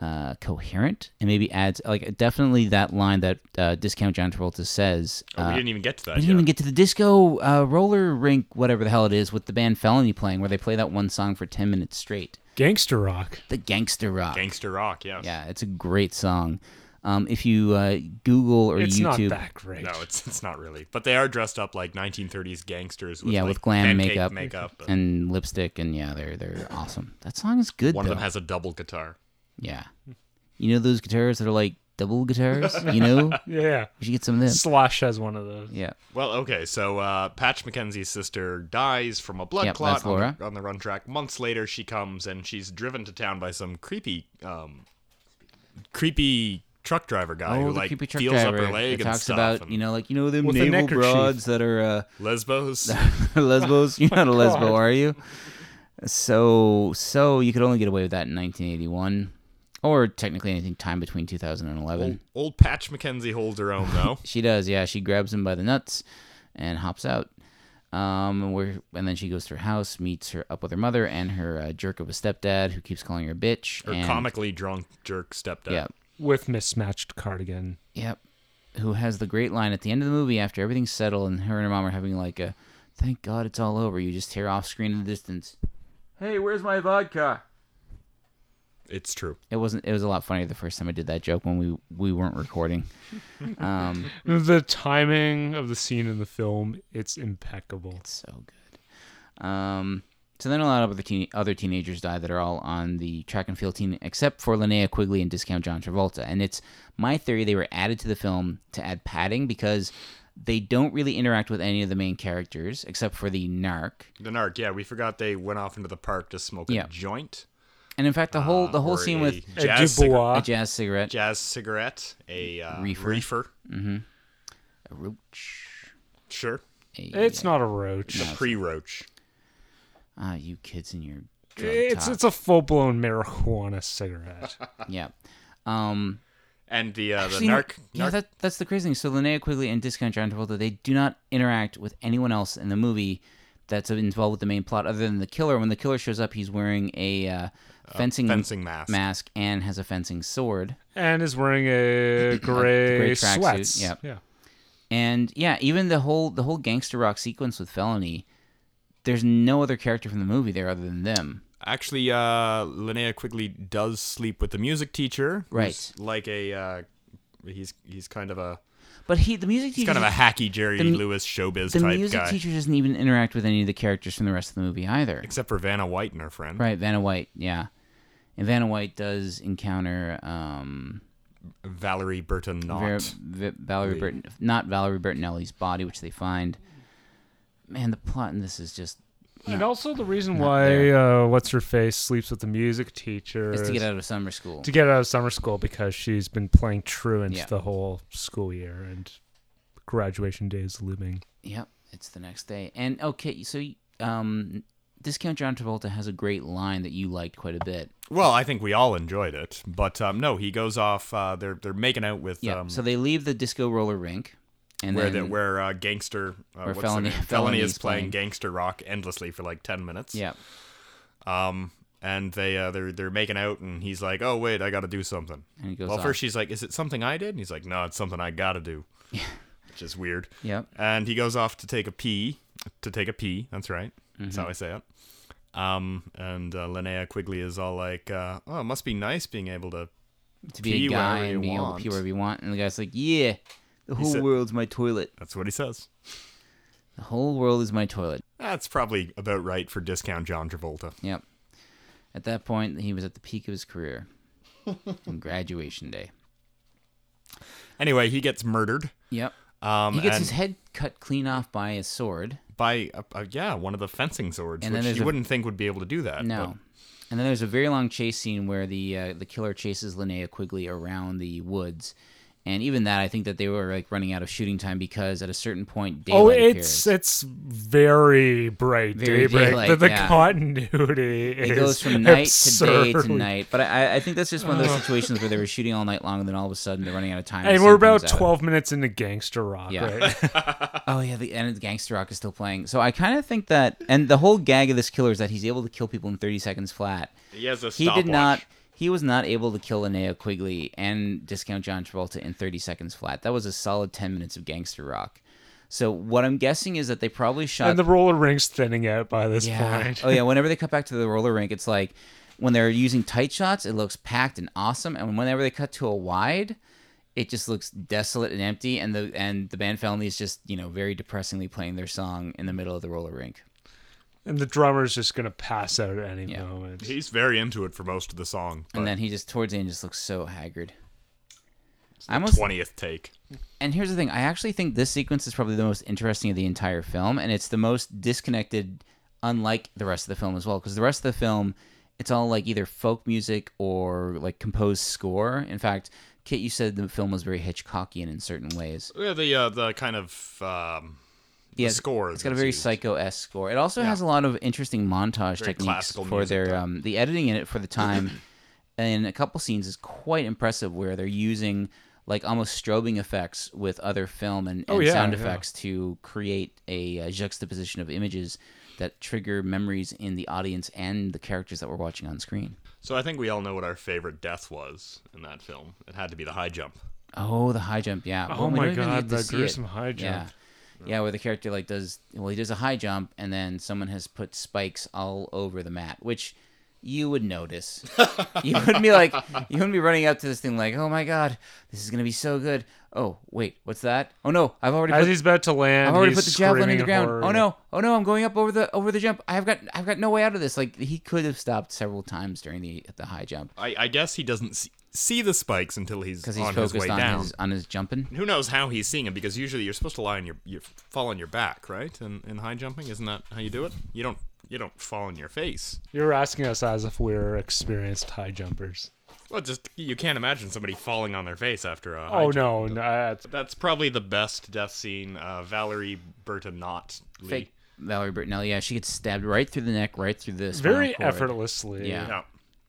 [SPEAKER 1] uh, coherent and maybe adds like definitely that line that uh, discount John Travolta says.
[SPEAKER 3] Oh,
[SPEAKER 1] uh,
[SPEAKER 3] we didn't even get to that.
[SPEAKER 1] we
[SPEAKER 3] yet.
[SPEAKER 1] didn't even get to the disco uh, roller rink, whatever the hell it is, with the band Felony playing, where they play that one song for ten minutes straight.
[SPEAKER 2] gangster rock.
[SPEAKER 1] The gangster rock.
[SPEAKER 3] Gangster Rock. Yes.
[SPEAKER 1] Yeah, it's a great song. Um, if you uh, Google or
[SPEAKER 2] It's not
[SPEAKER 1] YouTube,
[SPEAKER 2] that great.
[SPEAKER 3] No, it's it's not really. But they are dressed up like 1930s gangsters. With
[SPEAKER 1] yeah,
[SPEAKER 3] like
[SPEAKER 1] with glam
[SPEAKER 3] pancake
[SPEAKER 1] makeup,
[SPEAKER 3] makeup. And
[SPEAKER 1] and lipstick, and yeah, they're they're awesome. That song is good.
[SPEAKER 3] one of
[SPEAKER 1] though.
[SPEAKER 3] them has a double guitar.
[SPEAKER 1] yeah. You know those guitars that are like double guitars. you know, we
[SPEAKER 2] Yeah.
[SPEAKER 1] should get some of them.
[SPEAKER 2] Slash has one of those.
[SPEAKER 1] Yeah,
[SPEAKER 3] Well, okay, so uh, Patch McKenzie's sister dies from a blood
[SPEAKER 1] Yep,
[SPEAKER 3] clot
[SPEAKER 1] that's
[SPEAKER 3] on
[SPEAKER 1] Laura.
[SPEAKER 3] the, on the run track. Months later, she comes and she's driven to town by some creepy, um, creepy truck driver guy
[SPEAKER 1] oh,
[SPEAKER 3] who
[SPEAKER 1] the
[SPEAKER 3] like
[SPEAKER 1] creepy truck
[SPEAKER 3] feels
[SPEAKER 1] driver
[SPEAKER 3] up her leg
[SPEAKER 1] that
[SPEAKER 3] and
[SPEAKER 1] talks
[SPEAKER 3] stuff.
[SPEAKER 1] about
[SPEAKER 3] and
[SPEAKER 1] you know like you know them
[SPEAKER 2] With a
[SPEAKER 1] naval
[SPEAKER 2] neckerchief.
[SPEAKER 1] broads that are. Uh,
[SPEAKER 3] lesbos.
[SPEAKER 1] lesbos. You're not a lesbo, are you? So, so you could only get away with that in 1981. or technically anything time between 2011.
[SPEAKER 3] Old, old Patch McKenzie holds her own though.
[SPEAKER 1] She does, yeah. She grabs him by the nuts and hops out. Um, and, we're, and then she goes to her house, meets her up with her mother and her uh, jerk of a stepdad who keeps calling her a bitch.
[SPEAKER 3] Her
[SPEAKER 1] and,
[SPEAKER 3] comically drunk jerk stepdad.
[SPEAKER 1] Yeah,
[SPEAKER 2] with mismatched cardigan.
[SPEAKER 1] Yep. Who has the great line at the end of the movie after everything's settled and her and her mom are having like a thank God it's all over. You just tear off screen in the distance. Hey, where's my vodka?
[SPEAKER 3] It's true.
[SPEAKER 1] It wasn't it was a lot funnier the first time I did that joke when we we weren't recording. Um
[SPEAKER 2] The timing of the scene in the film, it's impeccable.
[SPEAKER 1] so good. Um so then a lot of other, teen- other teenagers die that are all on the track and field team except for Linnea Quigley and discount John Travolta. And it's my theory they were added to the film to add padding because they don't really interact with any of the main characters except for the narc.
[SPEAKER 3] The narc, yeah, we forgot they went off into the park to smoke
[SPEAKER 1] Yeah.
[SPEAKER 3] a joint.
[SPEAKER 1] And in fact, the whole the whole
[SPEAKER 3] or
[SPEAKER 1] scene
[SPEAKER 3] a
[SPEAKER 1] with
[SPEAKER 2] A
[SPEAKER 3] jazz,
[SPEAKER 1] a
[SPEAKER 3] cigar-
[SPEAKER 2] Dubois.
[SPEAKER 1] jazz cigarette,
[SPEAKER 3] jazz cigarette, a uh,
[SPEAKER 1] Reefer.
[SPEAKER 3] reefer.
[SPEAKER 1] a roach.
[SPEAKER 3] Sure.
[SPEAKER 2] It's not a roach.
[SPEAKER 3] It's a pre roach.
[SPEAKER 1] Ah, you kids and your drug
[SPEAKER 2] It's
[SPEAKER 1] talk.
[SPEAKER 2] it's a full blown marijuana cigarette.
[SPEAKER 1] yeah. Um,
[SPEAKER 3] And the uh,
[SPEAKER 1] actually,
[SPEAKER 3] the
[SPEAKER 1] no-
[SPEAKER 3] narc.
[SPEAKER 1] yeah,
[SPEAKER 3] narc-
[SPEAKER 1] that, that's the crazy thing. So Linnea Quigley and Discount John Travolta, they do not interact with anyone else in the movie that's involved with the main plot other than the killer. When the killer shows up, he's wearing a uh, fencing,
[SPEAKER 3] fencing mask.
[SPEAKER 1] mask and has a fencing sword.
[SPEAKER 2] and is wearing a gray,
[SPEAKER 1] gray tracksuit,
[SPEAKER 2] sweats.
[SPEAKER 1] yep.
[SPEAKER 2] Yeah.
[SPEAKER 1] and yeah even the whole the whole gangster rock sequence with felony there's no other character from the movie there other than them
[SPEAKER 3] Actually, uh, Linnea Quigley does sleep with the music teacher. who's
[SPEAKER 1] Right.
[SPEAKER 3] Like a. Uh, he's he's kind of a
[SPEAKER 1] but he the music
[SPEAKER 3] he's
[SPEAKER 1] teacher
[SPEAKER 3] kind of a hacky Jerry
[SPEAKER 1] the mu-
[SPEAKER 3] Lewis showbiz
[SPEAKER 1] the
[SPEAKER 3] type
[SPEAKER 1] music
[SPEAKER 3] guy.
[SPEAKER 1] teacher doesn't even interact with any of the characters from the rest of the movie either
[SPEAKER 3] Except for Vanna White and her friend.
[SPEAKER 1] right vanna white yeah and vanna white does encounter um
[SPEAKER 3] Valerie Burton Knott.
[SPEAKER 1] Vera, v- valerie burton not valerie burtonelli's body which they find man the plot in this is just
[SPEAKER 2] And also the reason
[SPEAKER 1] Not
[SPEAKER 2] why
[SPEAKER 1] there.
[SPEAKER 2] uh, what's her face sleeps with the music teacher
[SPEAKER 1] is to get
[SPEAKER 2] is
[SPEAKER 1] out of summer school
[SPEAKER 2] to get out of summer school because she's been playing truant
[SPEAKER 1] Yeah.
[SPEAKER 2] the whole school year and graduation day is looming.
[SPEAKER 1] Yep, it's the next day. And okay, so um, discount John Travolta has a great line that you liked quite a bit.
[SPEAKER 3] Well, I think we all enjoyed it, but um, no, he goes off. Uh, they're they're making out with
[SPEAKER 1] Yeah.
[SPEAKER 3] um,
[SPEAKER 1] so they leave the disco roller rink, and
[SPEAKER 3] where the,
[SPEAKER 1] then
[SPEAKER 3] where uh, gangster uh,
[SPEAKER 1] where
[SPEAKER 3] what's the
[SPEAKER 1] Felony-
[SPEAKER 3] name?
[SPEAKER 1] Felony
[SPEAKER 3] felony
[SPEAKER 1] is
[SPEAKER 3] is playing
[SPEAKER 1] playing.
[SPEAKER 3] gangster rock endlessly for like ten minutes.
[SPEAKER 1] yeah,
[SPEAKER 3] and they uh, they're they're making out, and he's like, "Oh wait, I got to do something."
[SPEAKER 1] And he goes
[SPEAKER 3] well,
[SPEAKER 1] off.
[SPEAKER 3] first she's like, "Is it something I did?" And he's like, "No, it's something I got to do," which is weird.
[SPEAKER 1] Yep.
[SPEAKER 3] And he goes off to take a pee, to take a pee. That's right. That's
[SPEAKER 1] Mm-hmm.
[SPEAKER 3] how I say it. Um, and uh, Linnea Quigley is all like, uh, "Oh, it must be nice being able to."
[SPEAKER 1] to be
[SPEAKER 3] pee
[SPEAKER 1] a guy
[SPEAKER 3] wherever
[SPEAKER 1] and
[SPEAKER 3] you
[SPEAKER 1] be able to
[SPEAKER 3] want.
[SPEAKER 1] pee wherever you want, and the guy's like, "Yeah, the whole
[SPEAKER 3] said-
[SPEAKER 1] world's my toilet.
[SPEAKER 3] That's what he says.
[SPEAKER 1] The whole world is my toilet."
[SPEAKER 3] That's probably about right for discount John Travolta.
[SPEAKER 1] Yep. At that point, he was at the peak of his career. on graduation day.
[SPEAKER 3] Anyway, he gets murdered.
[SPEAKER 1] Yep.
[SPEAKER 3] Um,
[SPEAKER 1] He gets
[SPEAKER 3] and
[SPEAKER 1] his head cut clean off by a sword.
[SPEAKER 3] by uh, uh, yeah, one of the fencing swords,
[SPEAKER 1] And then
[SPEAKER 3] which
[SPEAKER 1] there's
[SPEAKER 3] you
[SPEAKER 1] a-
[SPEAKER 3] wouldn't think would be able to do that.
[SPEAKER 1] No. And then there's a very long chase scene where the uh, the killer chases Linnea Quigley around the woods. And even that, I think that they were like running out of shooting time because at a certain point, daylight
[SPEAKER 2] oh,
[SPEAKER 1] appears.
[SPEAKER 2] it's it's very bright
[SPEAKER 1] Very
[SPEAKER 2] daybreak.
[SPEAKER 1] daylight,
[SPEAKER 2] the the
[SPEAKER 1] yeah.
[SPEAKER 2] continuity
[SPEAKER 1] it
[SPEAKER 2] is
[SPEAKER 1] goes from night to day to
[SPEAKER 2] absurd.
[SPEAKER 1] night. But I, I think that's just one of those situations where they were shooting all night long, and then all of a sudden they're running out of time.
[SPEAKER 2] And
[SPEAKER 1] the
[SPEAKER 2] we're
[SPEAKER 1] sun
[SPEAKER 2] about
[SPEAKER 1] comes out.
[SPEAKER 2] twelve minutes into gangster rock,
[SPEAKER 1] Yeah.
[SPEAKER 2] right?
[SPEAKER 1] Oh yeah, the and the gangster rock is still playing. So I kind of think that, and the whole gag of this killer is that he's able to kill people in thirty seconds flat.
[SPEAKER 3] He has a
[SPEAKER 1] He did not. He was not able to kill Linnea Quigley and discount John Travolta in 30 seconds flat. That was a solid 10 minutes of gangster rock. So what I'm guessing is that they probably shot.
[SPEAKER 2] and the roller rink's thinning out by this
[SPEAKER 1] yeah.
[SPEAKER 2] point.
[SPEAKER 1] Oh yeah. Whenever they cut back to the roller rink, it's like when they're using tight shots, it looks packed and awesome. And whenever they cut to a wide, it just looks desolate and empty. And the and the band Felony is just you know very depressingly playing their song in the middle of the roller rink.
[SPEAKER 2] And the drummer's just gonna pass out at any
[SPEAKER 1] Yeah.
[SPEAKER 2] moment.
[SPEAKER 3] He's very into it for most of the song.
[SPEAKER 1] And
[SPEAKER 3] but
[SPEAKER 1] then he just towards the end just looks so haggard.
[SPEAKER 3] it's
[SPEAKER 1] I
[SPEAKER 3] the
[SPEAKER 1] almost-
[SPEAKER 3] twentieth take.
[SPEAKER 1] and here's the thing i actually think this sequence is probably the most interesting of the entire film and it's the most disconnected unlike the rest of the film as well because the rest of the film it's all like either folk music or like composed score in fact kit you said the film was very hitchcockian in certain ways
[SPEAKER 3] Yeah, the uh, the kind of um,
[SPEAKER 1] yeah it's-
[SPEAKER 3] score
[SPEAKER 1] it's got a
[SPEAKER 3] that's
[SPEAKER 1] very
[SPEAKER 3] used.
[SPEAKER 1] psycho-esque score it also has a lot of interesting montage techniques
[SPEAKER 3] classical
[SPEAKER 1] for
[SPEAKER 3] music
[SPEAKER 1] their
[SPEAKER 3] type.
[SPEAKER 1] um, the editing in it for the time in a couple scenes is quite impressive where they're using like almost strobing effects with other film and,
[SPEAKER 3] Oh,
[SPEAKER 1] and
[SPEAKER 2] yeah,
[SPEAKER 1] sound
[SPEAKER 2] yeah.
[SPEAKER 1] effects to create a, uh juxtaposition of images that trigger memories in the audience and the characters that we're watching on screen.
[SPEAKER 3] So I think we all know what our favorite death was in that film. It had to be the high jump.
[SPEAKER 1] Oh, the high jump, yeah.
[SPEAKER 2] Oh
[SPEAKER 1] we
[SPEAKER 2] my
[SPEAKER 1] don't even
[SPEAKER 2] God,
[SPEAKER 1] get to
[SPEAKER 2] the
[SPEAKER 1] see it.
[SPEAKER 2] gruesome high jump.
[SPEAKER 1] Yeah. yeah, where the character like does well, he does a high jump, and then someone has put spikes all over the mat, which you would notice. you wouldn't be like, you wouldn't be running up to this thing like, oh my god, this is gonna be so good. Oh wait, what's that? Oh no, I've already
[SPEAKER 2] As
[SPEAKER 1] put,
[SPEAKER 2] he's about to land,
[SPEAKER 1] I've already put
[SPEAKER 2] he's
[SPEAKER 1] the javelin in
[SPEAKER 2] screaming
[SPEAKER 1] the
[SPEAKER 2] in
[SPEAKER 1] ground.
[SPEAKER 2] horror.
[SPEAKER 1] Oh no, oh no, I'm going up over the over the jump. I've got I've got no way out of this. Like he could have stopped several times during the the high jump
[SPEAKER 3] I, I guess he doesn't see, see the spikes until he's,
[SPEAKER 1] because he's
[SPEAKER 3] on his
[SPEAKER 1] focused
[SPEAKER 3] way
[SPEAKER 1] on
[SPEAKER 3] down.
[SPEAKER 1] his on his jumping.
[SPEAKER 3] Who knows how he's seeing it? Because usually you're supposed to lie on your you fall on your back, right? In, in high jumping, isn't that how you do it? You don't you don't fall on your face.
[SPEAKER 2] You're asking us as if we're experienced high jumpers.
[SPEAKER 3] Well, just you can't imagine somebody falling on their face after a. high
[SPEAKER 2] Oh no, no,
[SPEAKER 3] jump.
[SPEAKER 2] that's-
[SPEAKER 3] That's probably the best death scene. Uh, Valerie Bertinot.
[SPEAKER 1] Fake Valerie Bertinelli, yeah, she gets stabbed right through the neck, right through this.
[SPEAKER 2] very effortlessly.
[SPEAKER 1] Oh, Yeah.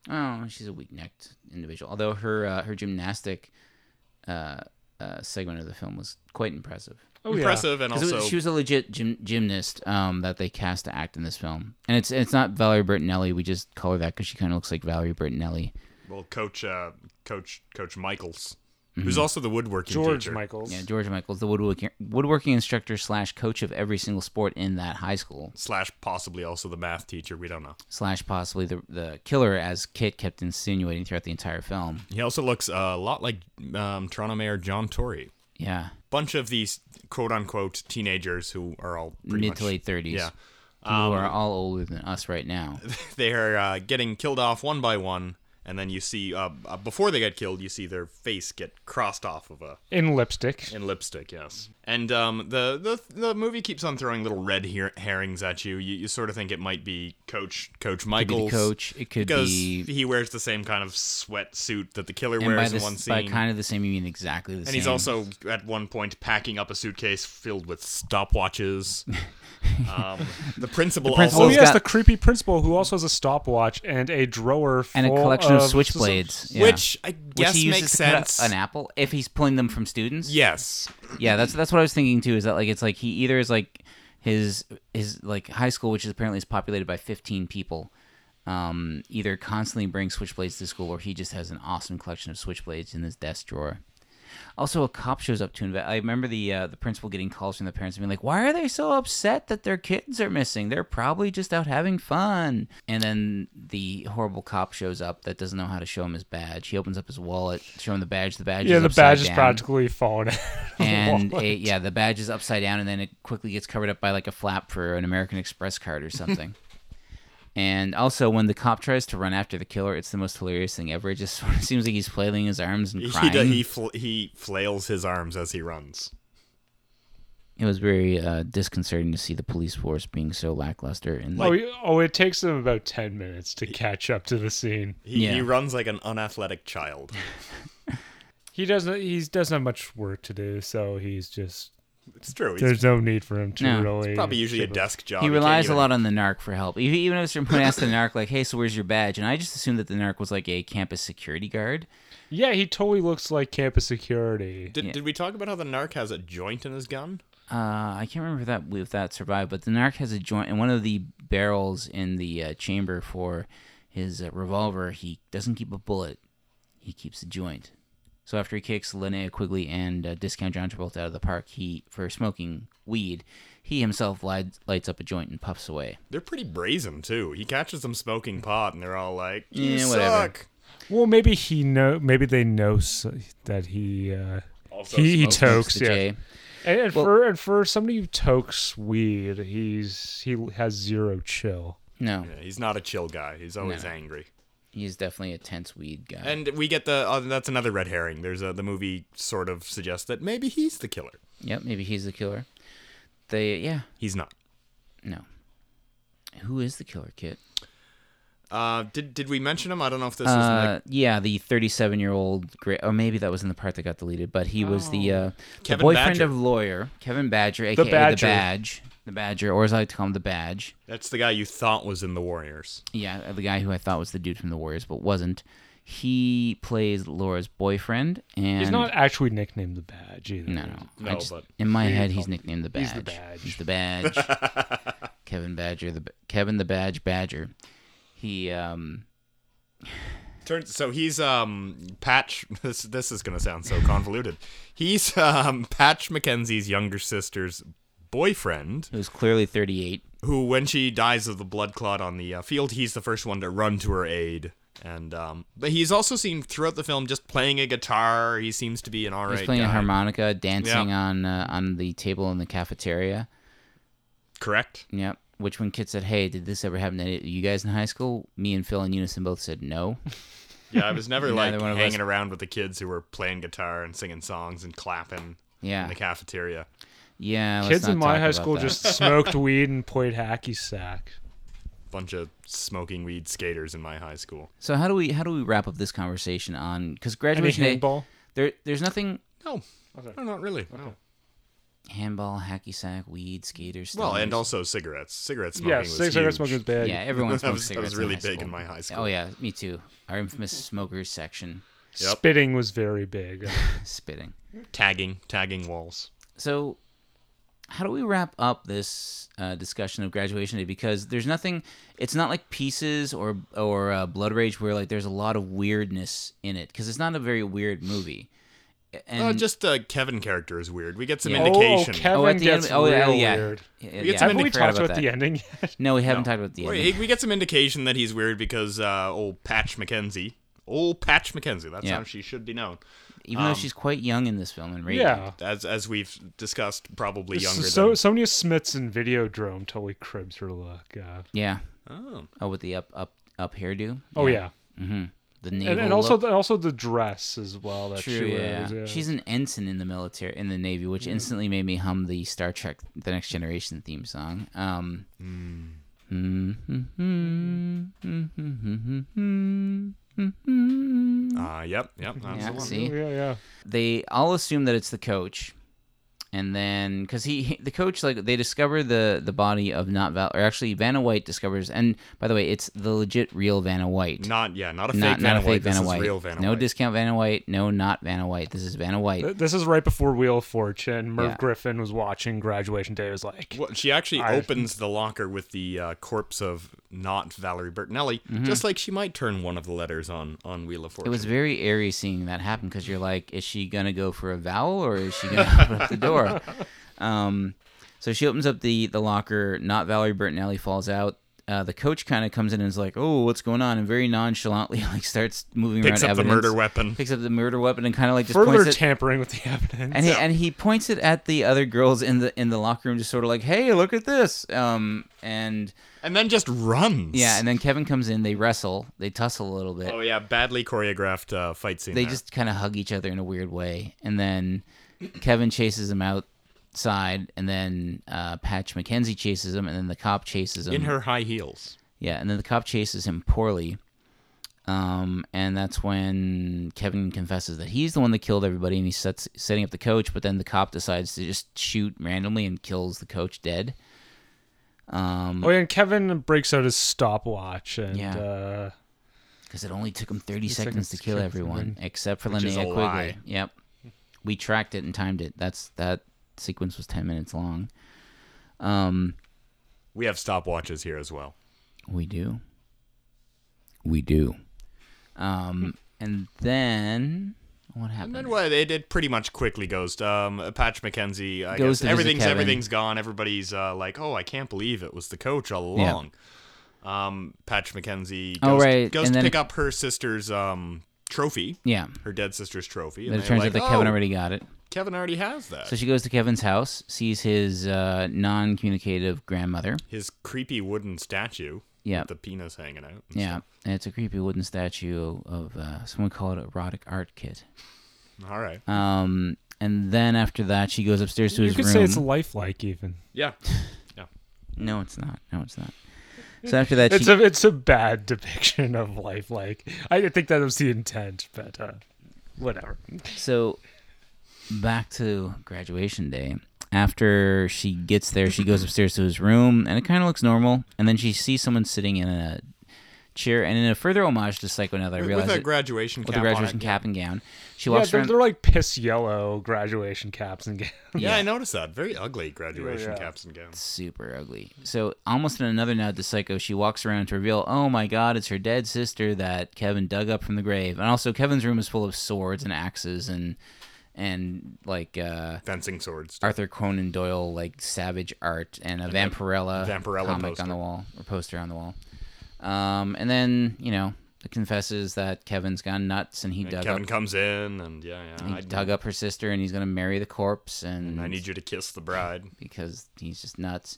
[SPEAKER 3] Yeah.
[SPEAKER 1] Oh, she's a weak-necked individual. Although her uh, her gymnastic uh, uh, segment of the film was quite impressive.
[SPEAKER 2] Oh, yeah.
[SPEAKER 3] Impressive and
[SPEAKER 1] 'Cause it was-
[SPEAKER 3] also
[SPEAKER 1] she was a legit gym, gymnast um, that they cast to act in this film, and it's it's not Valerie Bertinelli. We just call her that because she kind of looks like Valerie Bertinelli.
[SPEAKER 3] well, coach uh, coach coach Michaels,
[SPEAKER 1] Mm-hmm.
[SPEAKER 3] who's also the woodworking
[SPEAKER 2] George
[SPEAKER 3] teacher.
[SPEAKER 2] Michaels.
[SPEAKER 1] Yeah, George Michaels, the woodworking woodworking instructor slash coach of every single sport in that high school
[SPEAKER 3] slash possibly also the math teacher. We don't know.
[SPEAKER 1] slash possibly the the killer, as Kit kept insinuating throughout the entire film.
[SPEAKER 3] He also looks a lot like um, Toronto Mayor John Tory.
[SPEAKER 1] Yeah,
[SPEAKER 3] Bunch of these quote unquote teenagers who are all pretty
[SPEAKER 1] mid
[SPEAKER 3] much,
[SPEAKER 1] to late thirties.
[SPEAKER 3] Yeah, Um,
[SPEAKER 1] People who are all older than us right now.
[SPEAKER 3] they are uh, getting killed off one by one, and then you see uh, uh, before they get killed, you see their face get crossed off of a
[SPEAKER 2] In lipstick.
[SPEAKER 3] in lipstick. Yes, and um, the the the movie keeps on throwing little red her- herrings at you. you. You sort of think it might be Coach Coach
[SPEAKER 1] It could be
[SPEAKER 3] Michaels.
[SPEAKER 1] the coach. It could
[SPEAKER 3] because
[SPEAKER 1] be
[SPEAKER 3] he wears the same kind of sweatsuit that the killer
[SPEAKER 1] and by,
[SPEAKER 3] wears in
[SPEAKER 1] this,
[SPEAKER 3] one
[SPEAKER 1] by
[SPEAKER 3] scene.
[SPEAKER 1] kind of the same, you mean exactly the same.
[SPEAKER 3] and he's also at one point packing up a suitcase filled with stopwatches. um, the
[SPEAKER 1] principal-
[SPEAKER 3] principal
[SPEAKER 2] Oh
[SPEAKER 3] also
[SPEAKER 1] He's
[SPEAKER 2] yes,
[SPEAKER 1] got-
[SPEAKER 2] the creepy principal who also has a stopwatch and a drawer
[SPEAKER 1] and a
[SPEAKER 2] full
[SPEAKER 1] collection of
[SPEAKER 2] of
[SPEAKER 1] switchblades, yeah.
[SPEAKER 3] which I
[SPEAKER 1] Which
[SPEAKER 3] guess
[SPEAKER 1] he uses
[SPEAKER 3] makes
[SPEAKER 1] to cut
[SPEAKER 3] sense.
[SPEAKER 1] An apple, if he's pulling them from students.
[SPEAKER 3] yes,
[SPEAKER 1] yeah. That's that's what I was thinking too. Is that like it's like he either is like his his like high school, which is apparently is populated by fifteen people. Um, either constantly brings switchblades to school, or he just has an awesome collection of switchblades in his desk drawer. Also, a cop shows up to invest. I remember the uh, the principal getting calls from the parents and being like, "Why are they so upset that their kids are missing? They're probably just out having fun." And then the horrible cop shows up that doesn't know how to show him his badge. He opens up his wallet, show him the badge. The badge,
[SPEAKER 2] Yeah,
[SPEAKER 1] is
[SPEAKER 2] the
[SPEAKER 1] upside
[SPEAKER 2] badge is
[SPEAKER 1] down.
[SPEAKER 2] practically falling out. Oh,
[SPEAKER 1] and it, yeah, the badge is upside down, and then it quickly gets covered up by like a flap for an American Express card or something. and also, when the cop tries to run after the killer, it's the most hilarious thing ever. It just sort of seems like he's flailing his arms and
[SPEAKER 3] he
[SPEAKER 1] crying.
[SPEAKER 3] he he, fl- he flails his arms as he runs.
[SPEAKER 1] It was very uh, disconcerting to see the police force being so lackluster and
[SPEAKER 2] oh,
[SPEAKER 1] like,
[SPEAKER 2] he- oh, it takes them about 10 minutes to catch up to the scene.
[SPEAKER 3] He, he
[SPEAKER 1] Yeah.
[SPEAKER 3] runs like an unathletic child.
[SPEAKER 2] He doesn't he doesn't have much work to do, so he's just
[SPEAKER 3] It's true. He's
[SPEAKER 2] there's no need for him to
[SPEAKER 1] No, it's
[SPEAKER 2] really
[SPEAKER 3] probably usually a
[SPEAKER 2] give
[SPEAKER 3] desk job.
[SPEAKER 1] he relies a
[SPEAKER 3] Oh, can't even-
[SPEAKER 1] lot on the narc for help. E- Even if someone asked the narc like, "Hey, so where's your badge?" and I just assumed that the narc was like a campus security guard.
[SPEAKER 2] Yeah, he totally looks like campus security.
[SPEAKER 3] Did, did we talk about how the narc has a joint in his gun?
[SPEAKER 1] Uh, I can't remember if that if that survived, but the narc has a joint in one of the barrels in the uh, chamber for his uh, revolver. He doesn't keep a bullet; he keeps a joint. So after he kicks Linnea Quigley and uh, Discount John Travolta out of the park, he for smoking weed, he himself lights, lights up a joint and puffs away.
[SPEAKER 3] They're pretty brazen too. He catches them smoking pot, and they're all like, "You
[SPEAKER 1] Yeah, whatever.
[SPEAKER 3] suck."
[SPEAKER 2] Well, maybe he know maybe they know s that he uh
[SPEAKER 3] Also
[SPEAKER 2] he, he
[SPEAKER 1] Smokes the
[SPEAKER 2] tokes, yeah.
[SPEAKER 1] J.
[SPEAKER 2] And, and
[SPEAKER 1] Well-
[SPEAKER 2] for and for somebody who tokes weed, he's he has zero chill.
[SPEAKER 1] No,
[SPEAKER 3] Yeah, he's not a chill guy. He's always
[SPEAKER 1] No.
[SPEAKER 3] angry.
[SPEAKER 1] he's definitely a tense weed guy.
[SPEAKER 3] And we get the oh, that's another red herring. There's a the movie sort of suggests that maybe he's the killer.
[SPEAKER 1] yep, maybe he's the killer. They, yeah,
[SPEAKER 3] He's not.
[SPEAKER 1] no. Who is the killer, Kit?
[SPEAKER 3] Uh, did did we mention him? I don't know if this is
[SPEAKER 1] Uh,
[SPEAKER 3] like
[SPEAKER 1] yeah, the 37 year old, gra- or maybe that was in the part that got deleted, but he was the, uh, the
[SPEAKER 3] Kevin
[SPEAKER 1] boyfriend
[SPEAKER 3] Badger.
[SPEAKER 1] of lawyer Kevin Badger, aka the,
[SPEAKER 2] Badger.
[SPEAKER 1] Badge, the Badger, or as I like to call him, the Badge. uh,
[SPEAKER 3] that's the guy you thought was in the Warriors.
[SPEAKER 1] Yeah, the guy who I thought was the dude from the Warriors, but wasn't. He plays Laura's boyfriend, and
[SPEAKER 2] He's not actually nicknamed the badge either.
[SPEAKER 1] No, no. I
[SPEAKER 4] No,
[SPEAKER 1] just-
[SPEAKER 4] but
[SPEAKER 1] in my head, he's nicknamed the badge.
[SPEAKER 2] he's the
[SPEAKER 1] He's
[SPEAKER 2] badge.
[SPEAKER 1] the badge. Kevin Badger, the Ba- Kevin the Badge Badger. He um
[SPEAKER 3] Turns so he's um Patch. This this is gonna sound so convoluted. He's um Patch Mackenzie's younger sister's boyfriend,
[SPEAKER 1] who's clearly 38.
[SPEAKER 3] who when she dies of the blood clot on the uh, field, he's the first one to run to her aid. And um, but he's also seen throughout the film just playing a guitar. He seems to be an alright.
[SPEAKER 1] He's playing
[SPEAKER 3] guy.
[SPEAKER 1] a harmonica, dancing
[SPEAKER 3] Yeah.
[SPEAKER 1] on uh, on the table in the cafeteria.
[SPEAKER 3] Correct.
[SPEAKER 1] Yep. Which when kids said, "Hey, did this ever happen to any- you guys in high school?" Me and Phil and Unison both said no.
[SPEAKER 3] Yeah, I was never
[SPEAKER 1] Neither
[SPEAKER 3] like
[SPEAKER 1] one of
[SPEAKER 3] hanging
[SPEAKER 1] us-
[SPEAKER 3] around with the kids who were playing guitar and singing songs and clapping in
[SPEAKER 1] Yeah.
[SPEAKER 3] the cafeteria.
[SPEAKER 1] Yeah. let's
[SPEAKER 2] Kids
[SPEAKER 1] not
[SPEAKER 2] in my
[SPEAKER 1] talk
[SPEAKER 2] high
[SPEAKER 1] about
[SPEAKER 2] school
[SPEAKER 1] that.
[SPEAKER 2] just smoked weed and played hacky sack.
[SPEAKER 3] Bunch of smoking weed skaters in my high school.
[SPEAKER 1] So how do we how do we wrap up this conversation on because
[SPEAKER 2] Any
[SPEAKER 1] graduation day
[SPEAKER 2] handball?
[SPEAKER 1] there there's nothing
[SPEAKER 3] No, no, not really. No.
[SPEAKER 1] handball hacky sack weed skaters
[SPEAKER 3] Well, and also cigarettes. Cigarette smoking
[SPEAKER 2] Yeah,
[SPEAKER 3] was
[SPEAKER 2] six cigarette
[SPEAKER 3] huge.
[SPEAKER 2] smoking was bad.
[SPEAKER 1] yeah everyone
[SPEAKER 3] That
[SPEAKER 1] smokes
[SPEAKER 3] was, that
[SPEAKER 1] cigarettes
[SPEAKER 3] was really
[SPEAKER 1] high
[SPEAKER 3] big
[SPEAKER 1] school.
[SPEAKER 3] in my high school.
[SPEAKER 1] Oh yeah, me too. Our infamous smokers section,
[SPEAKER 3] Yep.
[SPEAKER 2] Spitting was very big.
[SPEAKER 1] spitting.
[SPEAKER 3] Tagging, tagging walls.
[SPEAKER 1] So, how do we wrap up this uh, discussion of graduation day? Because there's nothing. It's not like pieces or or uh, Blood Rage, where like there's a lot of weirdness in it. Because it's not a very weird movie. And
[SPEAKER 3] oh, just the Kevin character is weird. We get some
[SPEAKER 1] Yeah. Oh,
[SPEAKER 3] indication.
[SPEAKER 2] Oh, Kevin
[SPEAKER 1] Oh, at the end-
[SPEAKER 2] gets
[SPEAKER 1] oh, yeah,
[SPEAKER 2] real
[SPEAKER 1] yeah.
[SPEAKER 2] weird.
[SPEAKER 1] yeah,
[SPEAKER 3] get
[SPEAKER 1] yeah,
[SPEAKER 3] some
[SPEAKER 1] I
[SPEAKER 2] Haven't we
[SPEAKER 1] forgot
[SPEAKER 2] talked about,
[SPEAKER 1] about
[SPEAKER 2] the
[SPEAKER 1] that.
[SPEAKER 2] ending yet?
[SPEAKER 1] No, we haven't talked about the
[SPEAKER 3] Wait,
[SPEAKER 1] ending.
[SPEAKER 3] we get some indication that he's weird because uh, old Patch McKenzie. Old Patch McKenzie. That's
[SPEAKER 1] Yeah.
[SPEAKER 3] how she should be known.
[SPEAKER 1] Even though she's quite young in this film and rated.
[SPEAKER 2] yeah.
[SPEAKER 3] As as we've discussed, probably younger
[SPEAKER 2] So
[SPEAKER 3] than
[SPEAKER 2] Sonia Smith's in Videodrome totally cribs her look. Uh,
[SPEAKER 1] Yeah.
[SPEAKER 3] Oh.
[SPEAKER 1] Oh, with the up up up hairdo.
[SPEAKER 2] oh yeah,
[SPEAKER 1] The navel
[SPEAKER 2] and, and also
[SPEAKER 1] look.
[SPEAKER 2] the, also the dress as well that
[SPEAKER 1] True,
[SPEAKER 2] she
[SPEAKER 1] yeah.
[SPEAKER 2] wears. Yeah.
[SPEAKER 1] She's an ensign in the military, in the Navy, which instantly made me hum the Star Trek: The Next Generation theme song. Um,
[SPEAKER 3] Hmm.
[SPEAKER 1] Mm-hmm.
[SPEAKER 3] Uh, yep, yep. That's
[SPEAKER 1] yeah,
[SPEAKER 3] the one.
[SPEAKER 1] see,
[SPEAKER 2] yeah, yeah.
[SPEAKER 1] they all assume that it's the coach, and then because he, he- the coach, like they discover the the body of not Val, or actually Vanna White discovers, and by the way, it's the legit real Vanna White.
[SPEAKER 3] Not yeah, not a fake
[SPEAKER 1] not,
[SPEAKER 3] Vanna
[SPEAKER 1] not a fake
[SPEAKER 3] White.
[SPEAKER 1] Vanna
[SPEAKER 3] this
[SPEAKER 1] White.
[SPEAKER 3] is real Vanna
[SPEAKER 1] no
[SPEAKER 3] White.
[SPEAKER 1] discount Vanna White. No, not Vanna White. This is Vanna White.
[SPEAKER 2] Th- This is right before Wheel of Fortune. Merv
[SPEAKER 1] Yeah.
[SPEAKER 2] Griffin was watching graduation day. He Was like,
[SPEAKER 3] Well, she actually
[SPEAKER 2] I-
[SPEAKER 3] opens the locker with the uh, corpse of not Valerie Bertinelli, just like she might turn one of the letters on on Wheel of
[SPEAKER 1] Mm-hmm. It
[SPEAKER 3] Fortune.
[SPEAKER 1] was very eerie seeing that happen because you're like, is she gonna go for a vowel or is she gonna open up the door? Um, so she opens up the the locker. Not Valerie Bertinelli falls out. Uh, the coach kind of comes in and is like, "Oh, what's going on?" and very nonchalantly like starts moving
[SPEAKER 3] picks
[SPEAKER 1] around
[SPEAKER 3] up
[SPEAKER 1] evidence,
[SPEAKER 3] the murder weapon.
[SPEAKER 1] picks up the murder weapon, and kind of like just
[SPEAKER 2] further
[SPEAKER 1] points it.
[SPEAKER 2] tampering with the evidence.
[SPEAKER 1] and he, and he points it at the other girls in the in the locker room, just sort of like, "Hey, look at this!" Um, and
[SPEAKER 3] and then just runs.
[SPEAKER 1] yeah, and then Kevin comes in. They wrestle, they tussle a little bit.
[SPEAKER 3] oh yeah, badly choreographed uh, fight scene.
[SPEAKER 1] they
[SPEAKER 3] there.
[SPEAKER 1] just kind of hug each other in a weird way and then kevin chases him outside and then uh, patch mckenzie chases him and then the cop chases him
[SPEAKER 3] in her high heels.
[SPEAKER 1] yeah and then the cop chases him poorly um, and that's when kevin confesses that he's the one that killed everybody and he sets setting up the coach but then the cop decides to just shoot randomly and kills the coach dead
[SPEAKER 2] oh, yeah, and Kevin breaks out his stopwatch and
[SPEAKER 1] Yeah.
[SPEAKER 2] uh,
[SPEAKER 1] because it only took him 30 seconds,
[SPEAKER 2] seconds
[SPEAKER 1] to
[SPEAKER 2] to
[SPEAKER 1] kill
[SPEAKER 2] kill
[SPEAKER 1] everyone except for
[SPEAKER 3] is
[SPEAKER 1] linnea
[SPEAKER 3] a
[SPEAKER 1] quigley
[SPEAKER 3] lie.
[SPEAKER 1] yep we tracked it and timed it that's that sequence was 10 minutes long um
[SPEAKER 3] We have stopwatches here as well.
[SPEAKER 1] we do we do um and then what
[SPEAKER 3] And
[SPEAKER 1] happened
[SPEAKER 3] then what? It, it pretty much quickly goes. To, um, Patch McKenzie. I
[SPEAKER 1] Goes to visit
[SPEAKER 3] guess everything's
[SPEAKER 1] Kevin.
[SPEAKER 3] everything's gone. Everybody's uh, like, oh, I can't believe it was the coach all
[SPEAKER 1] Yeah.
[SPEAKER 3] along. Um, Patch McKenzie
[SPEAKER 1] Oh,
[SPEAKER 3] goes,
[SPEAKER 1] right,
[SPEAKER 3] goes
[SPEAKER 1] and
[SPEAKER 3] to
[SPEAKER 1] then-
[SPEAKER 3] pick up her sister's um trophy.
[SPEAKER 1] yeah
[SPEAKER 3] her dead sister's trophy.
[SPEAKER 1] but
[SPEAKER 3] And
[SPEAKER 1] it
[SPEAKER 3] they're
[SPEAKER 1] turns
[SPEAKER 3] like,
[SPEAKER 1] out that
[SPEAKER 3] oh,
[SPEAKER 1] kevin already got it
[SPEAKER 3] Kevin already has that.
[SPEAKER 1] so she goes to kevin's house sees his uh non-communicative grandmother
[SPEAKER 3] His creepy wooden statue.
[SPEAKER 1] Yeah.
[SPEAKER 3] With the penis hanging out. and
[SPEAKER 1] yeah
[SPEAKER 3] stuff.
[SPEAKER 1] and it's a creepy wooden statue of uh, someone called it erotic art kit
[SPEAKER 3] All right.
[SPEAKER 1] um and then after that she goes upstairs to
[SPEAKER 2] you
[SPEAKER 1] his
[SPEAKER 2] could
[SPEAKER 1] room
[SPEAKER 2] say it's lifelike even.
[SPEAKER 3] yeah.
[SPEAKER 1] No, it's not. No, it's not. So after that,
[SPEAKER 2] It's
[SPEAKER 1] she,
[SPEAKER 2] a it's a bad depiction of life. Like I think that was the intent, but uh, whatever.
[SPEAKER 1] so back to graduation day. After she gets there, she goes upstairs to his room, and it kind of looks normal. And then she sees someone sitting in a cheer, and in a further homage to Psycho now that I
[SPEAKER 3] With-
[SPEAKER 1] realize
[SPEAKER 3] with a
[SPEAKER 1] it,
[SPEAKER 3] graduation
[SPEAKER 1] with
[SPEAKER 3] cap
[SPEAKER 1] the
[SPEAKER 3] on
[SPEAKER 1] graduation
[SPEAKER 3] it.
[SPEAKER 1] cap and gown, she
[SPEAKER 2] Yeah,
[SPEAKER 1] walks
[SPEAKER 2] they're,
[SPEAKER 1] around.
[SPEAKER 2] they're like piss yellow graduation caps and gowns.
[SPEAKER 3] Yeah, I noticed that. Very ugly graduation
[SPEAKER 2] Yeah.
[SPEAKER 3] caps and gowns.
[SPEAKER 1] super ugly. So almost in another nod to Psycho, she walks around to reveal, oh my god, it's her dead sister that Kevin dug up from the grave. And also Kevin's room is full of swords and axes and and like uh
[SPEAKER 3] Fencing swords.
[SPEAKER 1] Arthur Conan Doyle like savage art and a Vampirella,
[SPEAKER 3] Vampirella
[SPEAKER 1] comic
[SPEAKER 3] poster.
[SPEAKER 1] on the wall or poster on the wall. Um and then, you know, it confesses that Kevin's gone nuts and he dug
[SPEAKER 3] Kevin
[SPEAKER 1] up
[SPEAKER 3] comes in and yeah, yeah.
[SPEAKER 1] he
[SPEAKER 3] I,
[SPEAKER 1] dug up her sister and he's gonna marry the corpse and
[SPEAKER 3] I need you to kiss the bride.
[SPEAKER 1] because he's just nuts.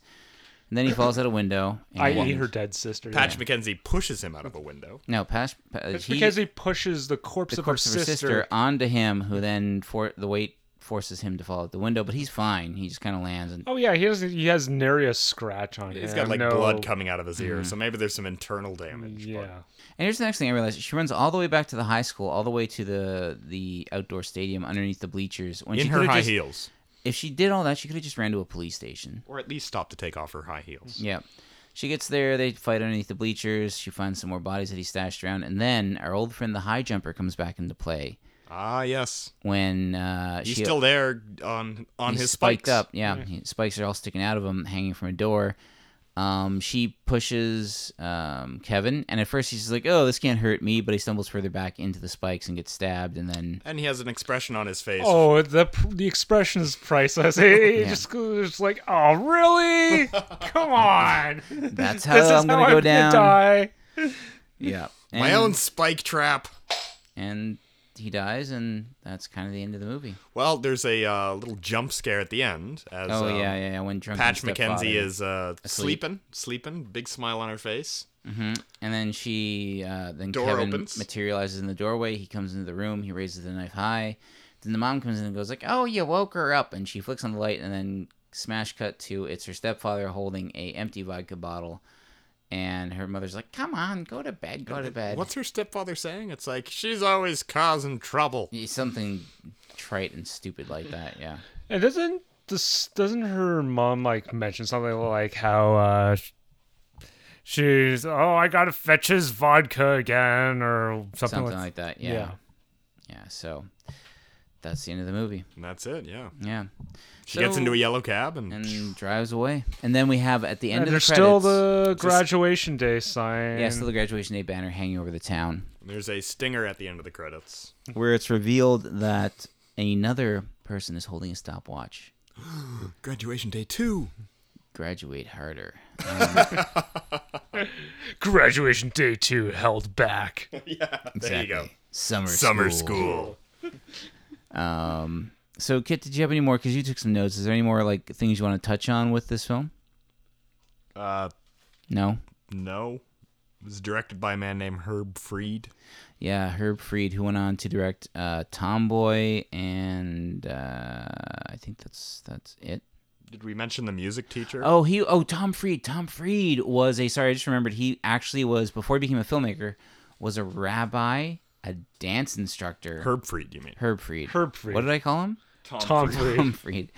[SPEAKER 1] And then he falls out a window. And
[SPEAKER 2] I.e., e, her dead sister.
[SPEAKER 3] Patch McKenzie pushes him out of a window.
[SPEAKER 1] No, Patch. Pa- uh,
[SPEAKER 2] It's
[SPEAKER 1] he,
[SPEAKER 2] because he pushes the corpse,
[SPEAKER 1] the
[SPEAKER 2] of,
[SPEAKER 1] corpse
[SPEAKER 2] her sister.
[SPEAKER 1] onto him, who then for the weight forces him to fall out the window. But he's fine. He just kind of lands and
[SPEAKER 2] Oh yeah, he doesn't. He has nary a scratch on him.
[SPEAKER 3] He's got like
[SPEAKER 2] no-
[SPEAKER 3] blood coming out of his
[SPEAKER 1] Mm-hmm.
[SPEAKER 3] ear, so maybe there's some internal damage. but-
[SPEAKER 2] Yeah,
[SPEAKER 1] And here's the next thing I realized: she runs all the way back to the high school, all the way to the the outdoor stadium underneath the bleachers. When
[SPEAKER 3] in
[SPEAKER 1] she
[SPEAKER 3] her
[SPEAKER 1] could've
[SPEAKER 3] high
[SPEAKER 1] just-
[SPEAKER 3] heels,
[SPEAKER 1] if she did all that, she could have just ran to a police station.
[SPEAKER 3] or at least stop to take off her high heels.
[SPEAKER 1] Yeah. She gets there, they fight underneath the bleachers, she finds some more bodies that he stashed around, and then our old friend the high jumper comes back into play
[SPEAKER 3] Ah, yes,
[SPEAKER 1] when uh,
[SPEAKER 3] he's
[SPEAKER 1] she
[SPEAKER 3] still there on on
[SPEAKER 1] he's
[SPEAKER 3] his
[SPEAKER 1] spiked
[SPEAKER 3] spikes.
[SPEAKER 1] up. Yeah, He- spikes are all sticking out of him, hanging from a door. Um, she pushes um, Kevin, and at first he's just like, "Oh, this can't hurt me," but he stumbles further back into the spikes and gets stabbed, and then
[SPEAKER 3] and he has an expression on his face.
[SPEAKER 2] Oh, the the expression is priceless. It, it just it's like, oh really? Come on.
[SPEAKER 1] that's how
[SPEAKER 2] this is
[SPEAKER 1] I'm
[SPEAKER 2] how
[SPEAKER 1] gonna go
[SPEAKER 2] I'm
[SPEAKER 1] down.
[SPEAKER 2] die.
[SPEAKER 1] Yeah, and,
[SPEAKER 3] my own spike trap.
[SPEAKER 1] And he dies, and that's kind of the end of the movie.
[SPEAKER 3] Well, there's a uh, little jump scare at the end as
[SPEAKER 1] Oh
[SPEAKER 3] um,
[SPEAKER 1] yeah, yeah, yeah. When drunk
[SPEAKER 3] Patch McKenzie is uh,
[SPEAKER 1] Asleep.
[SPEAKER 3] sleeping, sleeping, big smile on her face.
[SPEAKER 1] and then she uh, then
[SPEAKER 3] Door
[SPEAKER 1] Kevin
[SPEAKER 3] opens.
[SPEAKER 1] materializes in the doorway. He comes into the room. He raises the knife high. Then the mom comes in and goes like, "Oh, you woke her up," and she flicks on the light. And then smash cut to it's her stepfather holding a empty vodka bottle, and her mother's like, "Come on, go to bed, go to bed."
[SPEAKER 3] What's her stepfather saying? It's like she's always causing trouble.
[SPEAKER 1] Yeah, something trite and stupid like that? Yeah.
[SPEAKER 2] And doesn't this doesn't her mom like mention something like how uh she's oh I gotta fetch his vodka again or something,
[SPEAKER 1] Something
[SPEAKER 2] like
[SPEAKER 1] like that, yeah. yeah,
[SPEAKER 2] Yeah.
[SPEAKER 1] So that's the end of the movie.
[SPEAKER 3] And that's it. Yeah,
[SPEAKER 1] Yeah,
[SPEAKER 3] she gets
[SPEAKER 1] So-
[SPEAKER 3] into a yellow cab and,
[SPEAKER 1] and drives away. And then we have at the end
[SPEAKER 2] And
[SPEAKER 1] of
[SPEAKER 2] there's
[SPEAKER 1] the
[SPEAKER 2] still
[SPEAKER 1] credits-
[SPEAKER 2] the graduation day sign.
[SPEAKER 1] Yeah, still the graduation day banner hanging over the town,
[SPEAKER 3] there's a stinger at the end of the credits.
[SPEAKER 1] where it's revealed that another person is holding a stopwatch.
[SPEAKER 3] Graduation day two.
[SPEAKER 1] Graduate harder.
[SPEAKER 2] graduation day two held back.
[SPEAKER 3] There you go.
[SPEAKER 1] Summer
[SPEAKER 3] Summer
[SPEAKER 1] school.
[SPEAKER 3] school.
[SPEAKER 1] So, Kit, did you have any more? Because you took some notes. Is there any more like things you want to touch on with this film?
[SPEAKER 3] Uh,
[SPEAKER 1] No.
[SPEAKER 3] no. It was directed by a man named Herb Freed.
[SPEAKER 1] Yeah, Herb Fried, who went on to direct uh, Tomboy, and uh, I think that's that's it.
[SPEAKER 3] Did we mention the music teacher?
[SPEAKER 1] Oh, he. Oh, Tom Freed. Tom Freed was a. Sorry, I just remembered. He actually was before he became a filmmaker, was a rabbi, a dance instructor.
[SPEAKER 3] Herb Freed, you mean?
[SPEAKER 1] Herb Freed.
[SPEAKER 2] Herb Fried.
[SPEAKER 1] What did I call him?
[SPEAKER 2] Tom
[SPEAKER 1] Tom
[SPEAKER 2] Freed.
[SPEAKER 1] Freed.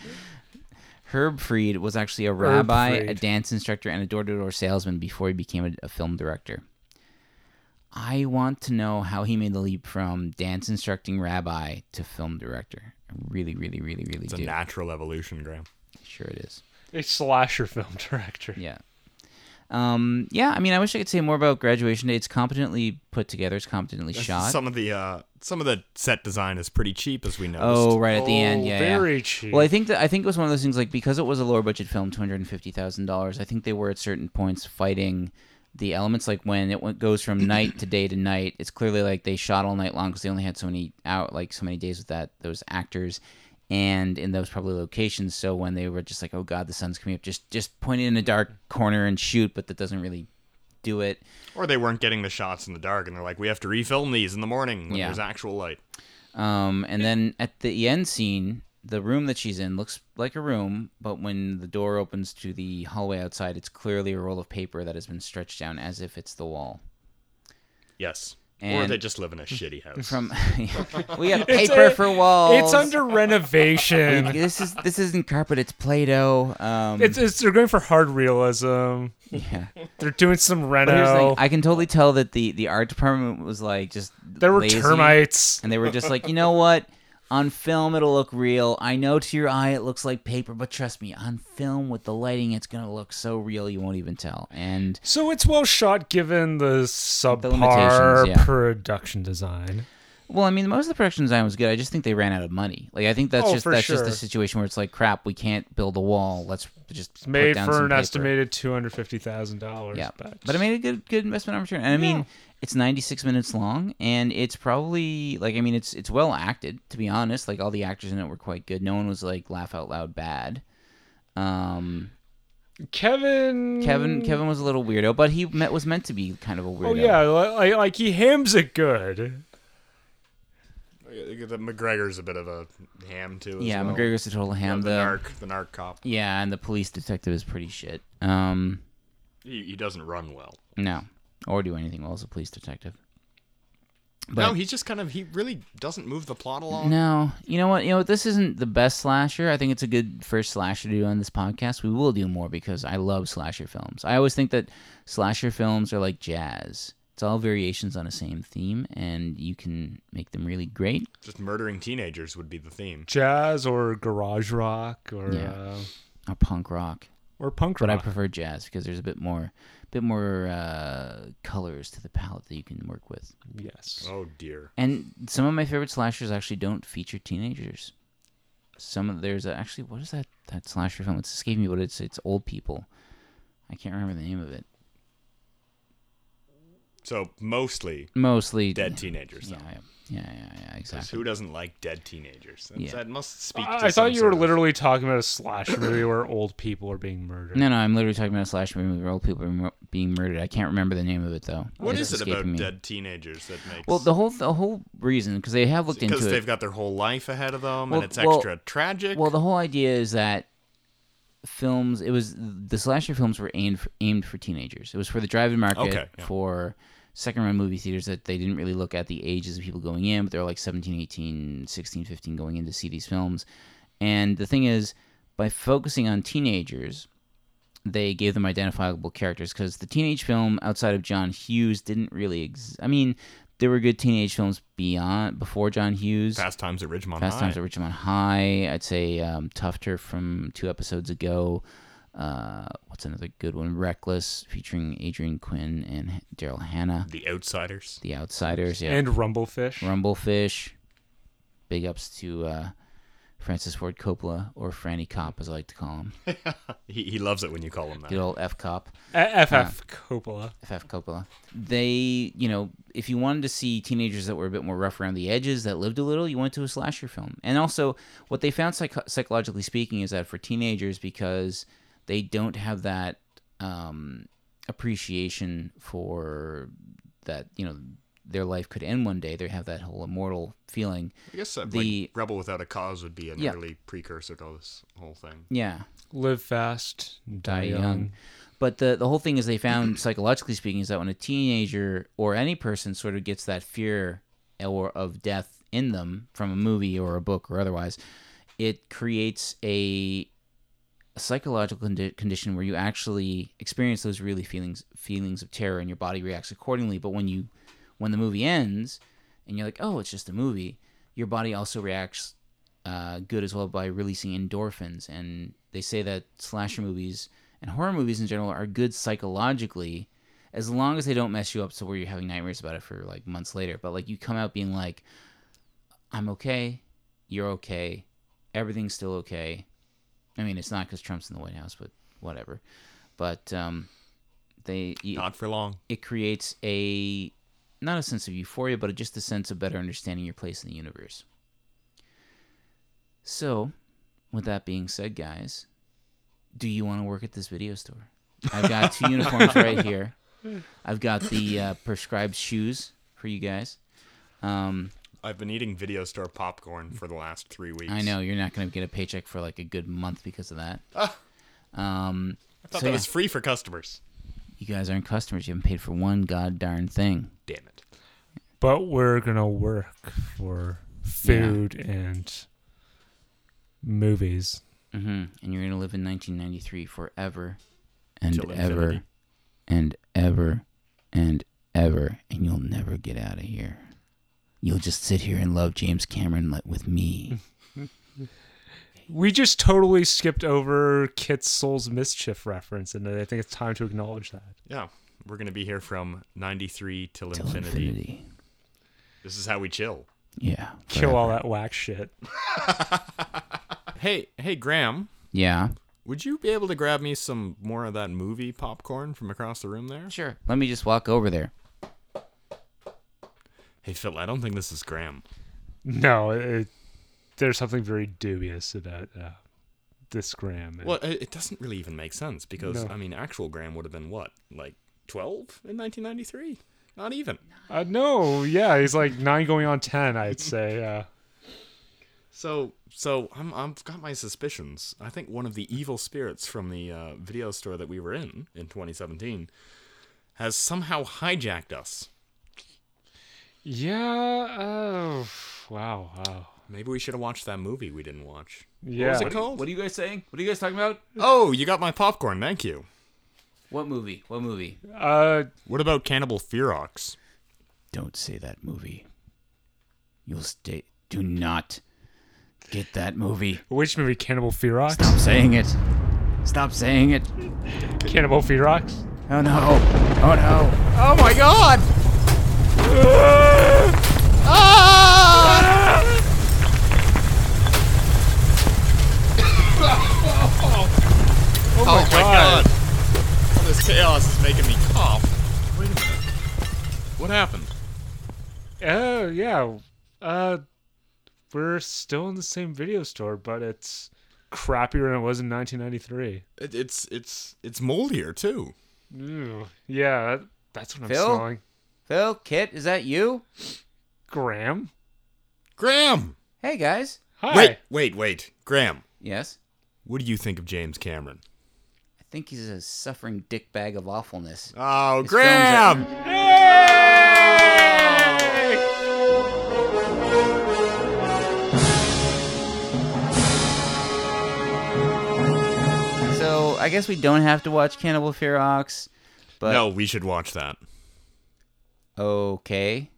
[SPEAKER 1] Herb Freed was actually a rabbi, a
[SPEAKER 2] Fried.
[SPEAKER 1] dance instructor, and a door-to-door salesman before he became a, a film director. I want to know how he made the leap from dance instructing rabbi to film director. I really, really, really, really
[SPEAKER 3] It's a
[SPEAKER 1] do.
[SPEAKER 3] natural evolution, Graham.
[SPEAKER 1] sure it is.
[SPEAKER 2] A slasher film director.
[SPEAKER 1] Yeah. Um, yeah, I mean, I wish I could say more about graduation day. It's competently put together. It's competently shot.
[SPEAKER 3] Some of the uh, some of the set design is pretty cheap, as we noticed.
[SPEAKER 1] oh, right at the end,
[SPEAKER 2] Oh,
[SPEAKER 1] yeah. yeah.
[SPEAKER 2] very cheap.
[SPEAKER 1] Well, I think that I think it was one of those things like because it was a lower budget film, two hundred and fifty thousand dollars. I think they were at certain points fighting the elements, like when it went, goes from night to day to night. It's clearly like they shot all night long because they only had so many out, like so many days with that those actors, and in those probably locations. So when they were just like, oh god, the sun's coming up, just just point it in a dark corner and shoot, but that doesn't really do it.
[SPEAKER 3] Or they weren't getting the shots in the dark, and they're like, "We have to refilm these in the morning when
[SPEAKER 1] Yeah.
[SPEAKER 3] there's actual light."
[SPEAKER 1] Um, and then at the end scene, the room that she's in looks like a room, but when the door opens to the hallway outside, it's clearly a roll of paper that has been stretched down as if it's the wall.
[SPEAKER 3] Yes.
[SPEAKER 1] And
[SPEAKER 4] or they just live in a shitty house.
[SPEAKER 1] from we got paper for walls.
[SPEAKER 2] It's under renovation.
[SPEAKER 1] This is this isn't carpet. It's Play-Doh. Um,
[SPEAKER 2] It's, it's they're going for hard realism.
[SPEAKER 1] yeah.
[SPEAKER 2] They're doing some
[SPEAKER 1] But here's the thing,
[SPEAKER 2] reno.
[SPEAKER 1] I can totally tell that the the art department was like just
[SPEAKER 2] there were
[SPEAKER 1] lazy,
[SPEAKER 2] termites.
[SPEAKER 1] and they were just like, you know what? On film, it'll look real. I know to your eye it looks like paper, but trust me, on film with the lighting, it's gonna look so real you won't even tell. And
[SPEAKER 2] So it's well shot given the subpar
[SPEAKER 1] limitations, yeah.
[SPEAKER 2] production design.
[SPEAKER 1] well, I mean, most of the production design was good. I just think they ran out of money. Like, I think that's
[SPEAKER 2] Oh,
[SPEAKER 1] just
[SPEAKER 2] for
[SPEAKER 1] that's just the
[SPEAKER 2] sure.
[SPEAKER 1] situation where it's like, crap, we can't build a wall. Let's just
[SPEAKER 2] It's
[SPEAKER 1] put
[SPEAKER 2] made
[SPEAKER 1] down
[SPEAKER 2] for
[SPEAKER 1] some
[SPEAKER 2] an
[SPEAKER 1] paper.
[SPEAKER 2] estimated two hundred fifty thousand dollars.
[SPEAKER 1] Yeah,
[SPEAKER 2] but,
[SPEAKER 1] but I made a good good investment opportunity. And I mean, it's 96 minutes long, and it's probably like I mean, it's it's well acted to be honest. Like all the actors in it were quite good. No one was like laugh out loud bad. Um,
[SPEAKER 2] Kevin.
[SPEAKER 1] Kevin
[SPEAKER 3] Mm.
[SPEAKER 1] Kevin was a little weirdo, but he met, was meant to be kind of a weirdo.
[SPEAKER 2] Oh yeah, like, like he hams it good.
[SPEAKER 3] The McGregor's a bit of a ham too. as
[SPEAKER 1] yeah.
[SPEAKER 3] well.
[SPEAKER 1] McGregor's a total
[SPEAKER 3] Yeah,
[SPEAKER 1] ham.
[SPEAKER 3] the
[SPEAKER 1] the-
[SPEAKER 3] narc, the narc cop.
[SPEAKER 1] yeah, and the police detective is pretty shit. Um,
[SPEAKER 3] He, he doesn't run well.
[SPEAKER 1] no, or do anything well as a police detective.
[SPEAKER 3] no, he's just kind of he really doesn't move the plot along.
[SPEAKER 1] No, you know what? You know what? This isn't the best slasher. I think it's a good first slasher to do on this podcast. We will do more because I love slasher films. I always think that slasher films are like jazz. It's all variations on the same theme, and you can make them really great.
[SPEAKER 3] Just murdering teenagers would be the theme.
[SPEAKER 2] Jazz or garage rock or
[SPEAKER 1] Yeah.
[SPEAKER 2] uh,
[SPEAKER 1] Or punk rock,
[SPEAKER 2] or punk
[SPEAKER 1] but I
[SPEAKER 2] rock.
[SPEAKER 1] prefer jazz because there's a bit more, bit more uh, colors to the palette that you can work with.
[SPEAKER 2] yes.
[SPEAKER 3] Oh dear.
[SPEAKER 1] And some of my favorite slashers actually don't feature teenagers. Some of there's a, actually what is that that slasher film? It's escaping me, but it's it's old people. I can't remember the name of it.
[SPEAKER 3] So mostly
[SPEAKER 1] Mostly
[SPEAKER 3] dead teenagers.
[SPEAKER 1] Yeah,
[SPEAKER 3] though.
[SPEAKER 1] yeah, yeah, yeah, yeah, exactly.
[SPEAKER 3] Who doesn't like dead teenagers? That's-
[SPEAKER 1] Yeah.
[SPEAKER 3] That must speak. To
[SPEAKER 2] I, I
[SPEAKER 3] some
[SPEAKER 2] thought you
[SPEAKER 3] sort
[SPEAKER 2] were
[SPEAKER 3] of-
[SPEAKER 2] literally talking about a slasher movie where old people are being murdered.
[SPEAKER 1] No, no, I'm literally talking about a slasher movie where old people are mur- being murdered. I can't remember the name of it though.
[SPEAKER 3] What
[SPEAKER 1] It's
[SPEAKER 3] is it
[SPEAKER 1] escaping
[SPEAKER 3] about
[SPEAKER 1] me.
[SPEAKER 3] dead teenagers that makes?
[SPEAKER 1] Well, the whole the whole reason because they have looked into
[SPEAKER 3] because
[SPEAKER 1] it.
[SPEAKER 3] they've got their whole life ahead of them,
[SPEAKER 1] Well,
[SPEAKER 3] and it's
[SPEAKER 1] well-
[SPEAKER 3] extra tragic.
[SPEAKER 1] Well, the whole idea is that films. It was the slasher films were aimed for, aimed for teenagers. It was for the drive-in market
[SPEAKER 3] Okay, yeah.
[SPEAKER 1] for second-run movie theaters that they didn't really look at the ages of people going in, but they're like 17, 18, 16, 15 going in to see these films. And the thing is, by focusing on teenagers, they gave them identifiable characters because the teenage film outside of John Hughes didn't really. Ex- I mean, there were good teenage films beyond before John Hughes.
[SPEAKER 3] Fast Times at Ridgemont
[SPEAKER 1] Fast
[SPEAKER 3] High.
[SPEAKER 1] Times at Richmond High. I'd say um, Tufter from two episodes ago. Uh, what's another good one? Reckless, featuring Adrian Quinn and H- Daryl Hannah.
[SPEAKER 3] the Outsiders.
[SPEAKER 1] The Outsiders, yeah.
[SPEAKER 2] And Rumblefish.
[SPEAKER 1] Rumblefish. Big ups to uh, Francis Ford Coppola, or Franny Cop, as I like to call him.
[SPEAKER 3] He, he loves it when you call him that.
[SPEAKER 1] Good old F Cop.
[SPEAKER 2] A- FF
[SPEAKER 1] Ah.
[SPEAKER 2] Coppola.
[SPEAKER 1] FF Coppola. They, you know, if you wanted to see teenagers that were a bit more rough around the edges, that lived a little, you went to a slasher film. And also, what they found psych- psychologically speaking is that for teenagers, because they don't have that um, appreciation for that, you know, their life could end one day, they have that whole immortal feeling.
[SPEAKER 3] I guess uh,
[SPEAKER 1] The-
[SPEAKER 3] like Rebel Without a Cause would be an
[SPEAKER 1] Yeah.
[SPEAKER 3] early precursor to this whole thing.
[SPEAKER 1] Yeah.
[SPEAKER 2] Live fast, die,
[SPEAKER 1] die
[SPEAKER 2] young.
[SPEAKER 1] young. But the the whole thing is they found psychologically speaking is that when a teenager or any person sort of gets that fear or of death in them from a movie or a book or otherwise, it creates a, a psychological condi- condition where you actually experience those really feelings feelings of terror and your body reacts accordingly. But when you when the movie ends and you're like, oh, it's just a movie, your body also reacts uh, good as well by releasing endorphins. And they say that slasher movies and horror movies in general are good psychologically as long as they don't mess you up to where you're having nightmares about it for like months later. But like you come out being like, I'm okay, you're okay, everything's still okay. I mean, it's not because Trump's in the White House, but whatever. But um, they you-
[SPEAKER 3] Not for long.
[SPEAKER 1] it creates a not a sense of euphoria, but just a sense of better understanding your place in the universe. So, with that being said, guys, do you want to work at this video store? I've got two uniforms right here. I've got the uh, prescribed shoes for you guys. Um,
[SPEAKER 3] I've been eating video store popcorn for the last three weeks.
[SPEAKER 1] I know you're not going to get a paycheck for like a good month because of that. Um,
[SPEAKER 3] Ah. I thought
[SPEAKER 1] so
[SPEAKER 3] that
[SPEAKER 1] yeah,
[SPEAKER 3] was free for customers.
[SPEAKER 1] you guys aren't customers. You haven't paid for one god darn thing.
[SPEAKER 3] Damn it.
[SPEAKER 2] but we're gonna work for food and movies.
[SPEAKER 1] hmm And you're gonna live in 1993 forever, and
[SPEAKER 3] Till
[SPEAKER 1] ever,
[SPEAKER 3] infinity.
[SPEAKER 1] and ever, and ever, and you'll never get out of here. You'll just sit here and love James Cameron like with me.
[SPEAKER 2] We just totally skipped over Kit Soul's mischief reference, and I think it's time to acknowledge that.
[SPEAKER 3] Yeah, we're gonna be here from '93 till,
[SPEAKER 1] Till
[SPEAKER 3] infinity.
[SPEAKER 1] infinity.
[SPEAKER 3] This is how we chill.
[SPEAKER 1] Yeah.
[SPEAKER 2] Kill
[SPEAKER 1] forever.
[SPEAKER 2] all that whack shit.
[SPEAKER 3] Hey, hey, Graham,
[SPEAKER 1] Yeah.
[SPEAKER 3] would you be able to grab me some more of that movie popcorn from across the room there?
[SPEAKER 1] Sure. Let me just walk over there.
[SPEAKER 3] Hey, Phil, I don't think this is Graham.
[SPEAKER 2] No, it, there's something very dubious about uh, this Graham.
[SPEAKER 3] Well, it it doesn't really even make sense because
[SPEAKER 2] No.
[SPEAKER 3] I mean, actual Graham would have been what, like 12 in 1993? Not even.
[SPEAKER 2] Uh, no, yeah, he's like nine going on ten, I'd say. Uh,
[SPEAKER 3] So, so I'm I've got my suspicions. I think one of the evil spirits from the uh, video store that we were in in 2017 has somehow hijacked us.
[SPEAKER 2] yeah. Oh, wow. Wow.
[SPEAKER 3] Maybe we should have watched that movie we didn't watch.
[SPEAKER 2] Yeah.
[SPEAKER 3] What was it called?
[SPEAKER 1] are you guys saying? What are you guys talking about?
[SPEAKER 3] oh, you got my popcorn. Thank you.
[SPEAKER 1] What movie? What movie?
[SPEAKER 2] Uh,
[SPEAKER 3] What about Cannibal Ferox?
[SPEAKER 1] Don't say that movie. You'll stay. Do not get that movie.
[SPEAKER 2] which movie? Cannibal Ferox.
[SPEAKER 1] Stop saying it. Stop saying it.
[SPEAKER 2] Cannibal Ferox.
[SPEAKER 1] Oh no. Oh no.
[SPEAKER 3] Oh my god! Oh my, god. All this chaos is making me cough. Wait a minute. What happened?
[SPEAKER 2] Oh yeah. Uh, we're still in the same video store, but it's crappier than it was in 1993.
[SPEAKER 3] It, it's it's it's moldier too.
[SPEAKER 2] Ew. Yeah, that- that's what I'm
[SPEAKER 1] Phil?
[SPEAKER 2] smelling.
[SPEAKER 1] Phil, Kit, is that you?
[SPEAKER 2] Graham.
[SPEAKER 3] Graham.
[SPEAKER 1] Hey guys.
[SPEAKER 2] Hi.
[SPEAKER 3] Wait, wait, wait. Graham,
[SPEAKER 1] Yes.
[SPEAKER 3] what do you think of James Cameron?
[SPEAKER 1] I think he's a suffering dickbag of awfulness.
[SPEAKER 3] Oh,
[SPEAKER 1] His films are-
[SPEAKER 3] Graham!
[SPEAKER 1] So I guess we don't have to watch Cannibal Ferox, but
[SPEAKER 3] No, we should watch that.
[SPEAKER 1] okay.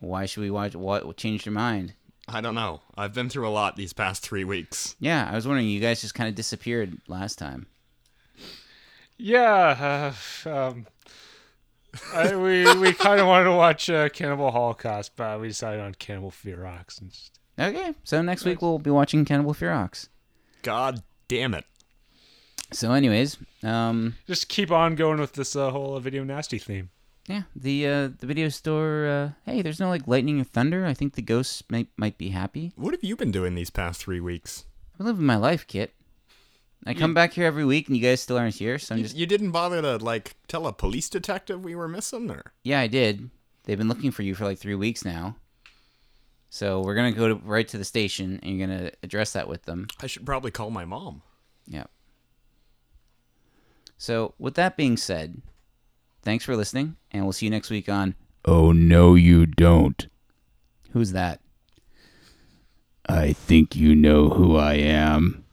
[SPEAKER 1] Why should we watch? What changed your mind?
[SPEAKER 3] I don't know. I've been through a lot these past three weeks.
[SPEAKER 1] Yeah, I was wondering. You guys just kind of disappeared last time.
[SPEAKER 2] Yeah, uh, um, I, we we kind of wanted to watch uh, Cannibal Holocaust, but we decided on Cannibal Ferox. And just,
[SPEAKER 1] Okay, so next week we'll be watching Cannibal Ferox.
[SPEAKER 3] God damn it.
[SPEAKER 1] So, anyways, um,
[SPEAKER 2] just keep on going with this uh, whole video nasty theme.
[SPEAKER 1] yeah, the uh, the video store. Uh, hey, there's no like lightning or thunder. I think the ghosts might might be happy.
[SPEAKER 3] What have you been doing these past three weeks?
[SPEAKER 1] I'm living my life, Kit. I come back here every week, and you guys still aren't here. So I'm
[SPEAKER 3] You,
[SPEAKER 1] just
[SPEAKER 3] you didn't bother to like tell a police detective we were missing, or
[SPEAKER 1] yeah, I did. They've been looking for you for like three weeks now. So we're gonna go to, right to the station, and you're gonna address that with them.
[SPEAKER 3] I should probably call my mom.
[SPEAKER 1] Yeah. So, with that being said, thanks for listening, and we'll see you next week on
[SPEAKER 8] Oh, no, you don't.
[SPEAKER 1] Who's That?
[SPEAKER 8] I think you know who I am.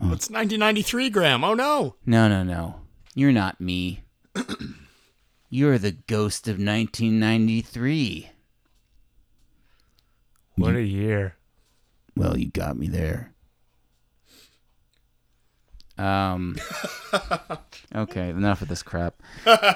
[SPEAKER 3] It's 1993, Graham. Oh no!
[SPEAKER 1] No, no, no. You're not me. You're the ghost of 1993.
[SPEAKER 2] What a year!
[SPEAKER 8] Well, you got me there.
[SPEAKER 1] Um. okay, enough of this crap.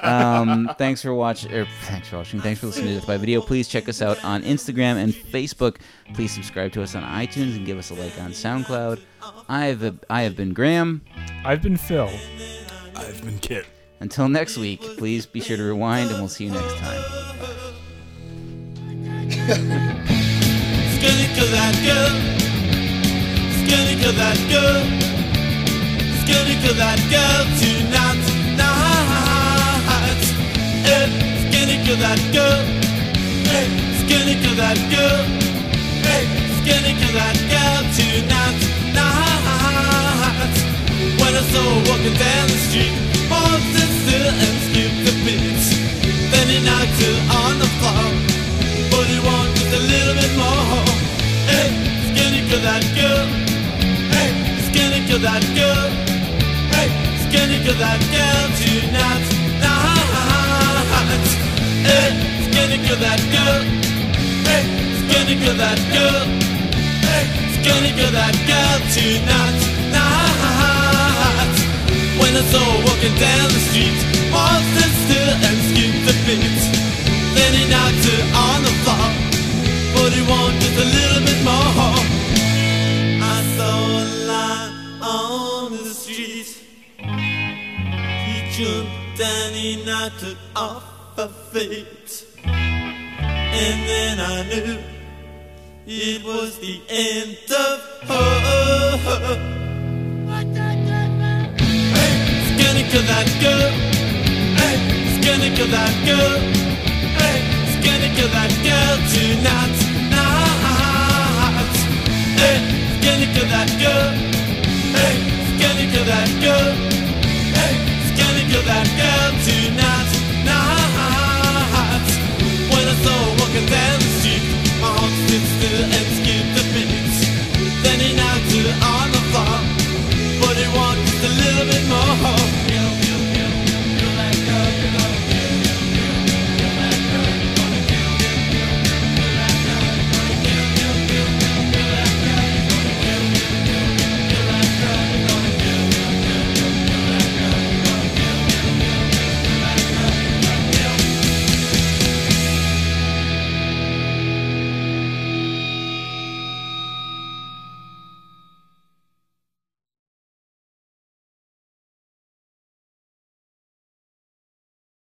[SPEAKER 1] Um, thanks for watching. Er, thanks for watching. Thanks for listening to Death by Video. Please check us out on Instagram and Facebook. Please subscribe to us on iTunes and give us a like on SoundCloud. I've I have been Graham.
[SPEAKER 2] I've been Phil.
[SPEAKER 3] I've been kid.
[SPEAKER 1] Until next week, please be sure to rewind, and we'll see you next time.
[SPEAKER 9] Skinny kill that girl. Skinny kill that girl. Skinny kill that girl tonight, night. Hey, skinny kill that girl. Hey, skinny kill that girl. Hey, skinny kill that girl tonight, night. When I saw her walking down the street, paused and still and skipped the beat. Then he knocked her on the floor. kill that girl tonight, night. It's gonna kill that girl. It's gonna kill that girl. It's gonna kill that girl tonight, night. When I saw her walking down the street, all stood still and skipped the beat. Then he knocked her on the floor, but he wanted just a little bit more. I saw a light on the street. He jumped and he knocked it off her feet. And then I knew it was the end of her. Hey, it's gonna kill that girl. Hey, it's gonna kill that girl.